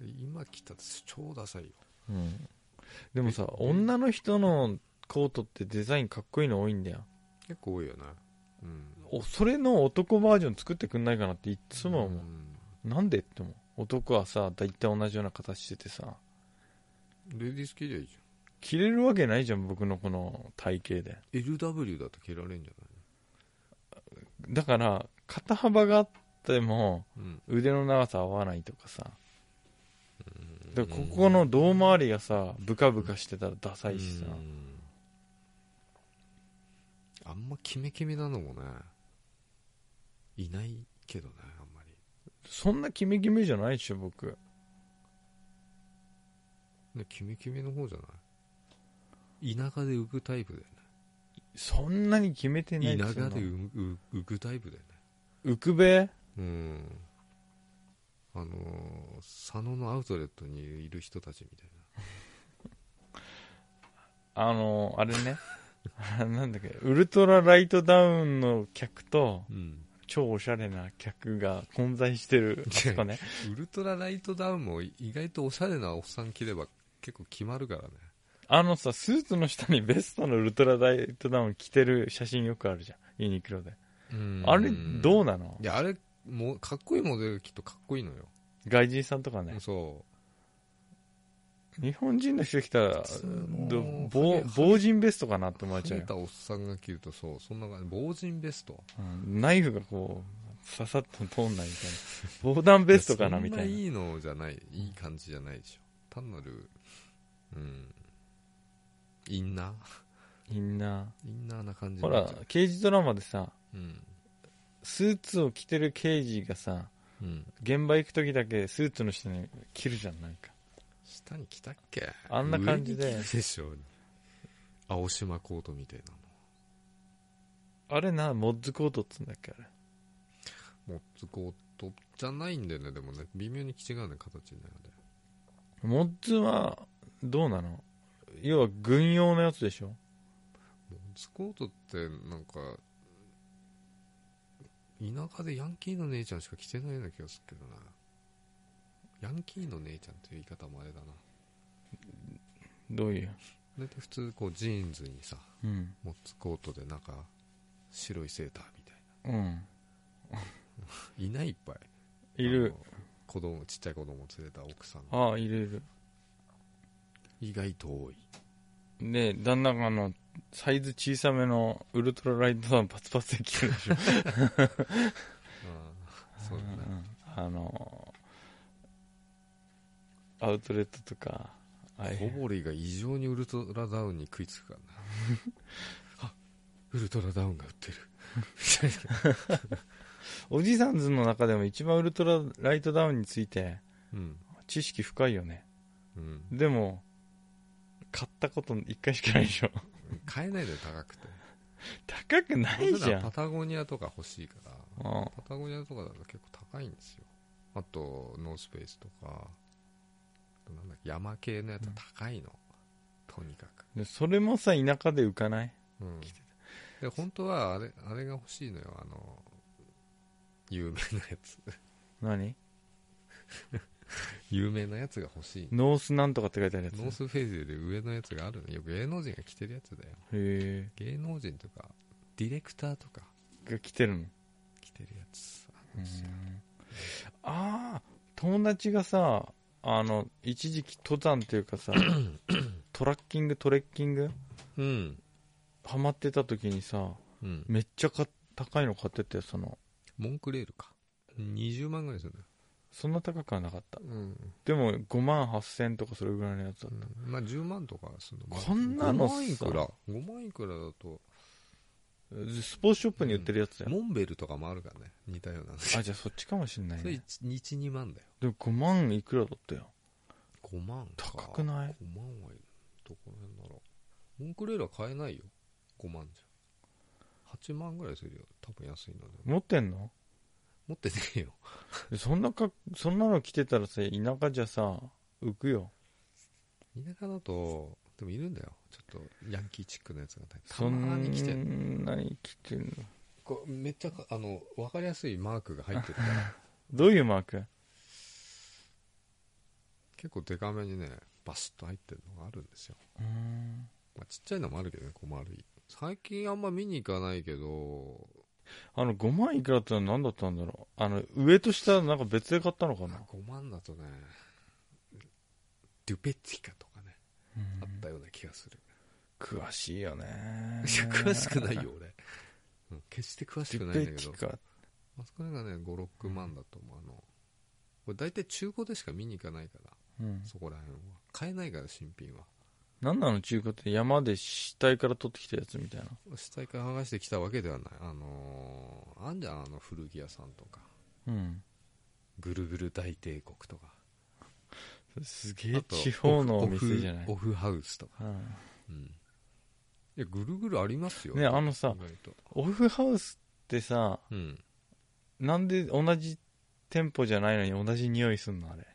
Speaker 2: 今着たら超ダサいよ
Speaker 1: うん、でもさ女の人のコートってデザインかっこいいの多いんだよ
Speaker 2: 結構多いよねうん
Speaker 1: おそれの男バージョン作ってくんないかなっていっつも思う、
Speaker 2: ん
Speaker 1: なんでって思う男はさ大体同じような形しててさ
Speaker 2: レディース着りゃいいじ
Speaker 1: 着れるわけないじゃん僕のこの体型で
Speaker 2: ゃん LW だと着られんじゃ
Speaker 1: だから肩幅があっても
Speaker 2: ないうん
Speaker 1: 腕の長さ合わないとかさだからここの胴回りがさブカブカしてたらダサいしさ
Speaker 2: うんあんまキメキメなのもねいないけどねあんまり
Speaker 1: そんなキメキメじゃないでしょ僕
Speaker 2: ねキメキメの方じゃない田舎で浮くタイプだ
Speaker 1: そんなに決めてな
Speaker 2: よ
Speaker 1: い
Speaker 2: ね田
Speaker 1: すよ
Speaker 2: 舎で浮浮浮くタイプだよね
Speaker 1: 浮くべ
Speaker 2: うんあのー佐野のアウトレットにいる人たちみたいな
Speaker 1: あのあれね [laughs] あなんだっけウルトラライトダウンの客と
Speaker 2: うん、
Speaker 1: 超おしゃれな客が混在してるあそこね
Speaker 2: ウルトラライトダウンも意外とおしゃれなおっさん着れば結構決まるからね
Speaker 1: あのさスーツの下にベストのウルトラライトダウン着てる写真よくあるじゃんユニクロであれどう
Speaker 2: な
Speaker 1: なの
Speaker 2: いやあれもうかっこいいモデルきっとかっこいいのよ、
Speaker 1: 外人さんとかね
Speaker 2: そ
Speaker 1: 日本人の人来たら
Speaker 2: 普通の
Speaker 1: ど
Speaker 2: ハゲ
Speaker 1: ぼ
Speaker 2: ハゲ
Speaker 1: 防塵ベストかなって思わ
Speaker 2: う
Speaker 1: れちゃう
Speaker 2: 晴れ
Speaker 1: よ、
Speaker 2: たおっさんが着るとそうそんな感じ防塵ベスト
Speaker 1: うんナイフがこう刺さっと通んないみたいな防弾ベストかなみた
Speaker 2: や
Speaker 1: い
Speaker 2: そん
Speaker 1: ない
Speaker 2: いのじゃないいい感じじゃないでしょ単なるうんインナー
Speaker 1: みんな
Speaker 2: インナーな感じ
Speaker 1: ほ
Speaker 2: にな
Speaker 1: ら
Speaker 2: っちゃう
Speaker 1: 刑事ドラマでさ
Speaker 2: うん
Speaker 1: スーツを着てる刑事がさ
Speaker 2: うん
Speaker 1: 現場行く時だけスーツの下に着るじゃんなんか
Speaker 2: 下に着たっけ
Speaker 1: あんな感じで
Speaker 2: 上に着るでしょ青島コートみたいな
Speaker 1: あれなモッズコートっつうんだっけあれ
Speaker 2: モッツコートじゃないんだよねでもね微妙に違うね形になるで
Speaker 1: モッズはどうなの要は軍用のやつでしょ
Speaker 2: モッツコートってなんか田舎でヤンキーの姉ちゃんしか着てないような気がするけどなヤンキーの姉ちゃんっていう言い方もあれだな
Speaker 1: どういう
Speaker 2: 大体普通こうジーンズにさ
Speaker 1: うん
Speaker 2: モッツコートでなんか白いセーターみたい
Speaker 1: うん
Speaker 2: ないないいっぱい
Speaker 1: いる
Speaker 2: あの子供ちっちゃい子供連れた奥さんが
Speaker 1: ああいるいる
Speaker 2: 意外と多い
Speaker 1: で旦那があのサイズ小さめのウルトラライトダウンパツパツで着てるでしょ、
Speaker 2: ああそううんだね
Speaker 1: あのアウトレットとかああい
Speaker 2: 小
Speaker 1: う
Speaker 2: 堀が異常にウルトラダウンに食いつくからなあウルトラダウンが売ってるみたいな
Speaker 1: おじさんずの中でも一番ウルトラライトダウンについて
Speaker 2: うん、
Speaker 1: 知識深いよね
Speaker 2: うん、
Speaker 1: でも買ったこと一回しかないでしょ
Speaker 2: 買えないのよ高くて
Speaker 1: [laughs] 高くない
Speaker 2: 僕
Speaker 1: じ
Speaker 2: ら
Speaker 1: ゃ
Speaker 2: は
Speaker 1: ん
Speaker 2: パタゴニアとか欲しいから
Speaker 1: うん
Speaker 2: パタゴニアとかだと結構高いんですよあとノースペースとかあとなんだっけ山系のやつは高いの、とにかく、
Speaker 1: でそれもさ田舎で浮かない
Speaker 2: うん、で本当はあれあれが欲しいのよあの有名なやつ
Speaker 1: 何
Speaker 2: 有名なやつが欲しい
Speaker 1: ノースなんとかって書いてあるやつ
Speaker 2: ノースフェイズより上のやつがあるのよく芸能人が着てるやつだよ
Speaker 1: へ
Speaker 2: 芸能人とかディレクターとか
Speaker 1: えが来てるの
Speaker 2: 着てるやつあ
Speaker 1: う
Speaker 2: る
Speaker 1: ん
Speaker 2: んですよ
Speaker 1: ああ友達がさあの一時期登山っていうか
Speaker 2: [clears throat]
Speaker 1: さトラッキングトレッキング
Speaker 2: うん、
Speaker 1: ハマってた時にさ
Speaker 2: うん、
Speaker 1: めっちゃか高いの買っててその
Speaker 2: モンクレールか20万ぐらいするんだよ
Speaker 1: そんな高くはなかった
Speaker 2: うん
Speaker 1: でも5万8000とかそれぐらいのやつだった、
Speaker 2: うんまあ10万とかするの
Speaker 1: こんなの
Speaker 2: 5万い
Speaker 1: さ
Speaker 2: くら5万いくらだと
Speaker 1: スポーツショップに売ってるやつだよ、
Speaker 2: モンベルとかもあるからね似たようなの
Speaker 1: あじゃあそっちかもしんない
Speaker 2: それ
Speaker 1: ね
Speaker 2: 12万だよ
Speaker 1: でも5万いくらだったよ
Speaker 2: 5万か
Speaker 1: 高くない
Speaker 2: 5万はいるどこら辺だろうモンクレールは買えないよ5万じゃ8万ぐらいするよ多分安いので
Speaker 1: 持ってんの
Speaker 2: 持ってねえよ
Speaker 1: でそんなかそんなの着てたらさ田舎じゃさ浮くよ
Speaker 2: 田舎だとでもいるんだよちょっとヤンキーチックなやつがた
Speaker 1: そん
Speaker 2: ま
Speaker 1: な
Speaker 2: に来て
Speaker 1: に着てんの
Speaker 2: こうめっちゃかあの分かりやすいマークが入ってるから
Speaker 1: どういうマーク
Speaker 2: 結構デカめにねバシッと入ってるのがあるんですよ、まあ、ちっちゃいのもあるけどねこう丸い最近あんま見に行かないけど
Speaker 1: あの5万いくらってのは何だったんだろうあの上と下なんか別で買ったのかな
Speaker 2: 5万だとねデュペティカとかねあったような気がする
Speaker 1: 詳しいよね
Speaker 2: いや詳しくない
Speaker 1: [laughs]
Speaker 2: よ俺、うん決して詳し
Speaker 1: デ
Speaker 2: く
Speaker 1: ュ
Speaker 2: ないん
Speaker 1: ペ
Speaker 2: だけ
Speaker 1: チ
Speaker 2: ど
Speaker 1: か
Speaker 2: あそこらがね56万だと思うあのこれ大体中古でしか見に行かないか
Speaker 1: う
Speaker 2: ら
Speaker 1: ん
Speaker 2: そこら辺は買えないから新品は
Speaker 1: 何なの中古って山で死体から取ってきたやつみたいな
Speaker 2: 死体から剥がしてきたわけではないあのー、あんじゃんあの古着屋さんとか
Speaker 1: うん
Speaker 2: ぐるぐる大帝国とか
Speaker 1: すげえ
Speaker 2: あと
Speaker 1: 地方の
Speaker 2: オ
Speaker 1: お
Speaker 2: フ
Speaker 1: 店じゃない
Speaker 2: オ、フハウスとか
Speaker 1: う
Speaker 2: うんいやぐるぐるありますよ
Speaker 1: んねあのさ
Speaker 2: 意外と
Speaker 1: オフハウスってさ
Speaker 2: うん
Speaker 1: なんで同じ店舗じゃないのに同じ匂いすんのあれ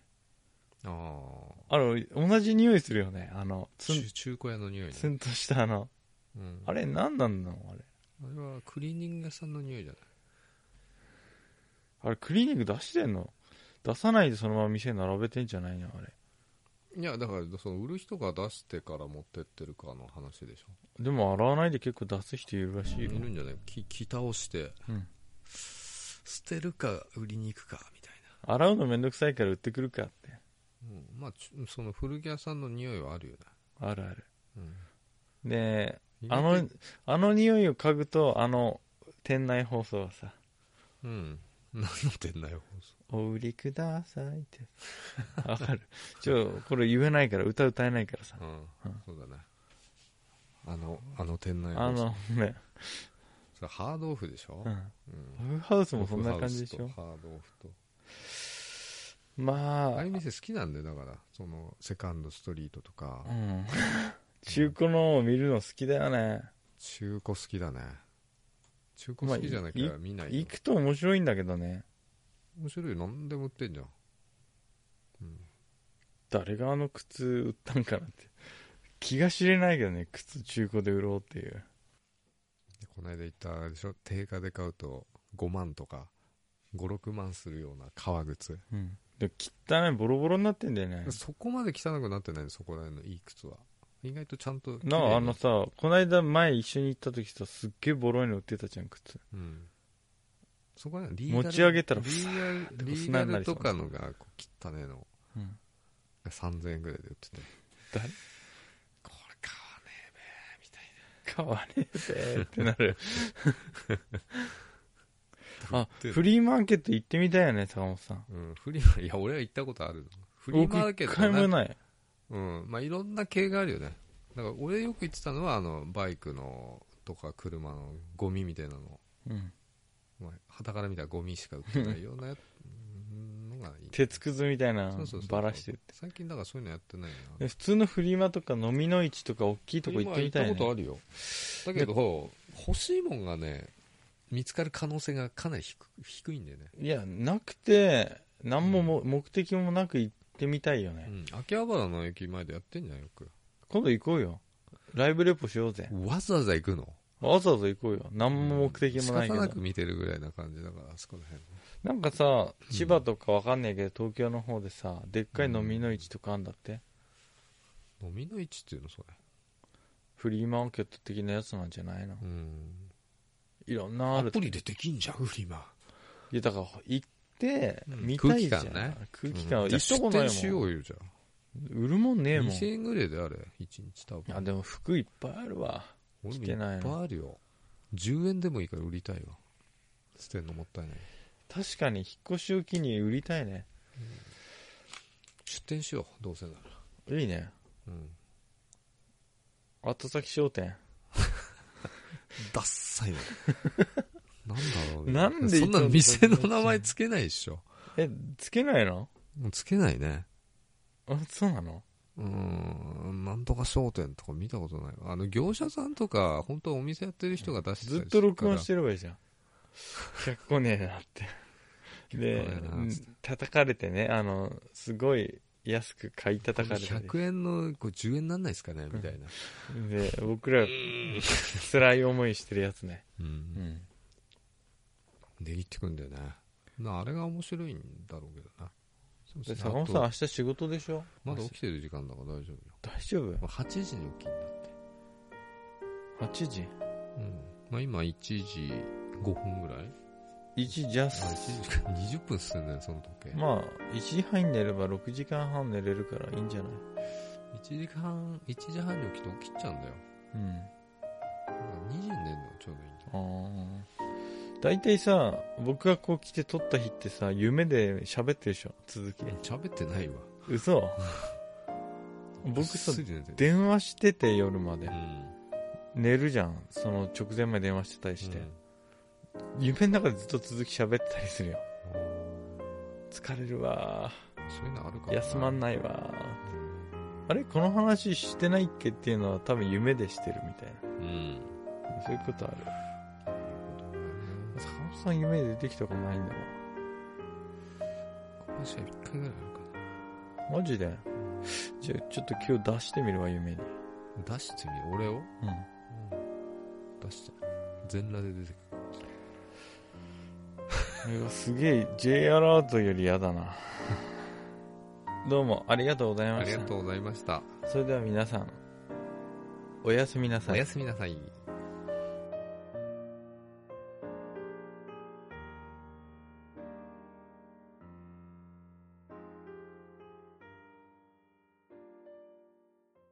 Speaker 2: あ
Speaker 1: あれ同じ匂いするよねあの
Speaker 2: あ
Speaker 1: ツン
Speaker 2: 中中古屋の匂いね
Speaker 1: ツンとしたあの
Speaker 2: うん、
Speaker 1: あれ何なんなのあれ
Speaker 2: あれはクリーニング屋さんの匂いじゃない
Speaker 1: あれクリーニング出してんの出さないでそのまま店に並べてんじゃないのあれ
Speaker 2: いやだからその売る人が出してから持ってってるかの話でしょ
Speaker 1: でも洗わないで結構出す人いるらしい
Speaker 2: い
Speaker 1: よ
Speaker 2: るんじゃないき着倒して、
Speaker 1: うん
Speaker 2: 捨てるか売りに行くかみたい
Speaker 1: 洗うのめんどくさいから売ってくるかって
Speaker 2: な、うん、まあちその古着屋さんの匂いはあるよね、
Speaker 1: あるある
Speaker 2: うん
Speaker 1: で
Speaker 2: 意
Speaker 1: あ
Speaker 2: 外と
Speaker 1: のあの匂いを嗅ぐとあの店内放送はさ
Speaker 2: うん何の店内放送
Speaker 1: 「お売りください」って
Speaker 2: [laughs]
Speaker 1: わかるちょこれ言えないから歌歌えないからさ
Speaker 2: うん、そうだねあのあの店内
Speaker 1: あ
Speaker 2: 放送
Speaker 1: のね、
Speaker 2: それハードオフでしょ、
Speaker 1: うん、
Speaker 2: うん
Speaker 1: オフハウスもそんな感じでし
Speaker 2: ロ
Speaker 1: ょ
Speaker 2: フハウスとハードオフとあ
Speaker 1: ま
Speaker 2: あ
Speaker 1: あ
Speaker 2: いう店好きなんだよだからそのセカンドストリートとか、
Speaker 1: うん [laughs] 中古のを見るの好きだよね
Speaker 2: 中古好きだね中古好きじゃなきゃ見ないよ
Speaker 1: 行くと面白いんだけどね
Speaker 2: 面白いよ何でも売ってんじゃん、うん、
Speaker 1: 誰があの靴売ったんかなって気が知れないけどね靴中古で売ろうっていう
Speaker 2: でこの間言ったあれでしょ定価で買うと5万とか56万するような革靴、
Speaker 1: で汚いボロボロになってんだよね
Speaker 2: そこまで汚くなってないのそこら辺のいい靴は意外とちゃんと綺
Speaker 1: な
Speaker 2: 麗に
Speaker 1: ああのさこないだ前一緒に行った時さすっげえボロいの売ってたじゃん靴
Speaker 2: うんそこら辺リーガル
Speaker 1: 持ち上げたら
Speaker 2: リーガル
Speaker 1: て
Speaker 2: リー
Speaker 1: 砂
Speaker 2: ガ
Speaker 1: になり
Speaker 2: ル
Speaker 1: そ
Speaker 2: と
Speaker 1: う
Speaker 2: かのがこう汚ねえの
Speaker 1: うん
Speaker 2: が3000円ぐらいで売ってて
Speaker 1: だ
Speaker 2: これ買わねえべ
Speaker 1: 買わね
Speaker 2: みたいな
Speaker 1: えぜってなるあ
Speaker 2: 売ってんの
Speaker 1: フリーマーケット行ってみたいよね坂本さん
Speaker 2: うん、フリマいや俺は行ったことあるのフリー
Speaker 1: 僕
Speaker 2: マー
Speaker 1: 一
Speaker 2: ケッ
Speaker 1: 回
Speaker 2: ト
Speaker 1: も
Speaker 2: ね
Speaker 1: ない。
Speaker 2: うんまあ、いろんな系があるよねだから俺よく言ってたのはあのバイクのとか車のゴミみたいなの
Speaker 1: うん。
Speaker 2: まあ傍から見たらゴミしか売ってないような
Speaker 1: [laughs]
Speaker 2: やつうんのがいい
Speaker 1: 鉄くずみたいな
Speaker 2: そうそうそう
Speaker 1: ばらしてるって
Speaker 2: 最近だからそういうのやってないな
Speaker 1: で普通のフリマとか飲みの市とか大きいとこ行ってみたい
Speaker 2: 今行ったこ
Speaker 1: ね
Speaker 2: とあるよだけど欲しいもんがね見つかる可能性がかなり低低いんだよね、
Speaker 1: いやなくて何もも目的もなく行ってみたいよね、
Speaker 2: うん、秋葉原の駅前でやってんじゃんよく
Speaker 1: 今度行こうよライブレポしようぜ
Speaker 2: わざわざ行くの
Speaker 1: わざわざ行こうよ何も目的もない
Speaker 2: 仕
Speaker 1: けど、
Speaker 2: 方なく見てるぐらいな感じだからあそこら辺
Speaker 1: なんかさ千葉とかわかんないけど東京の方でさでっかい飲みの市とかあんだって
Speaker 2: 飲みの市っていうのそれ
Speaker 1: フリーマーケット的なやつなんじゃないの
Speaker 2: うん
Speaker 1: いろんなあ
Speaker 2: ア
Speaker 1: る
Speaker 2: プリでできんじゃんフリマ
Speaker 1: いやだから行って
Speaker 2: うん
Speaker 1: 見たいじゃん、
Speaker 2: 空気感ね
Speaker 1: 空気感
Speaker 2: うんじ
Speaker 1: 行ったこと
Speaker 2: ゃあ出店し
Speaker 1: ない
Speaker 2: よ
Speaker 1: もん
Speaker 2: うよじゃあ
Speaker 1: 売るもんねえもん
Speaker 2: 2000円ぐらいであれ1日多
Speaker 1: あ
Speaker 2: 分
Speaker 1: でも服いっぱいあるわ
Speaker 2: 俺も
Speaker 1: 着
Speaker 2: い
Speaker 1: て
Speaker 2: っ
Speaker 1: ない
Speaker 2: ぱい
Speaker 1: の
Speaker 2: あるよ10円でもいいから売りたいわ捨てんのもったいない
Speaker 1: 確かに引っ越しを機に売りたいね
Speaker 2: 出店しようどうせなら
Speaker 1: いいね
Speaker 2: うん
Speaker 1: 後先商店
Speaker 2: ダッサい [laughs] ななんだろうね。
Speaker 1: なんで
Speaker 2: そんな店の名前つけないでしょ。
Speaker 1: えつけないの
Speaker 2: もうつけないね。
Speaker 1: あそうなの
Speaker 2: うーん、なんとか商店とか見たことないわ。あの、業者さんとか、本当お店やってる人が出してた
Speaker 1: ず
Speaker 2: り
Speaker 1: っと録音しててればいいじゃん客来ねえなってで
Speaker 2: 客来ねえな
Speaker 1: うん叩かれてねあのすごい安く買い叩かれて
Speaker 2: るから100円のこう10円なんないですかねみたいな。
Speaker 1: で僕ら辛い思いしてるやつね
Speaker 2: う。
Speaker 1: うんん
Speaker 2: で、行ってくんだよね。なあれが面白いんだろうけどな。そう
Speaker 1: で
Speaker 2: ですね
Speaker 1: 坂本さん
Speaker 2: あ
Speaker 1: 明
Speaker 2: と
Speaker 1: 日仕事でしょ
Speaker 2: まだ起きてる時間だから大丈夫よ。
Speaker 1: 大丈夫
Speaker 2: まあ8時に起きんだって。
Speaker 1: 8時
Speaker 2: うん。まあ今1時5分ぐらい
Speaker 1: 1ジャ
Speaker 2: あ
Speaker 1: ス
Speaker 2: 1時間20分進んでるその時計、
Speaker 1: まあ1時半に寝れば6時間半寝れるからいいんじゃない
Speaker 2: 1時間1時半に起きて起きちゃうんだよ
Speaker 1: うん
Speaker 2: だから20年のちょうどいいんだよ
Speaker 1: ああ大体さ僕がこう来て撮った日ってさ夢で喋ってるでしょ続き
Speaker 2: 喋ってないわ
Speaker 1: 嘘僕
Speaker 2: ぐっ
Speaker 1: さ
Speaker 2: すり寝てる
Speaker 1: 電話してて夜ま
Speaker 2: う
Speaker 1: で
Speaker 2: ん
Speaker 1: 寝るじゃんその直前まで電話してたりして、夢の中でずっと続き喋ってたりするよ
Speaker 2: うん
Speaker 1: 疲れるわ
Speaker 2: そういうのあるか
Speaker 1: ー
Speaker 2: ら
Speaker 1: 休まん
Speaker 2: い、
Speaker 1: ないわー
Speaker 2: うん
Speaker 1: あれこの話してないっけっていうのは多分夢でしてるみたい
Speaker 2: うん
Speaker 1: なそういうことある
Speaker 2: 坂
Speaker 1: 坂本さん夢で出てきたことないんだわ
Speaker 2: 本さん1回ぐらいあるか
Speaker 1: マジでじゃあちょっと今日出してみるわ夢に
Speaker 2: な出してみよう俺を、
Speaker 1: うん
Speaker 2: 出して全裸で出てく
Speaker 1: うわすげえ J アラートよりやだな [laughs] どうもありがとうござい
Speaker 2: るあ
Speaker 1: ま
Speaker 2: り
Speaker 1: し
Speaker 2: がとうございました
Speaker 1: たそれでは皆さんおやすみなさ
Speaker 2: お
Speaker 1: い
Speaker 2: やすみなさい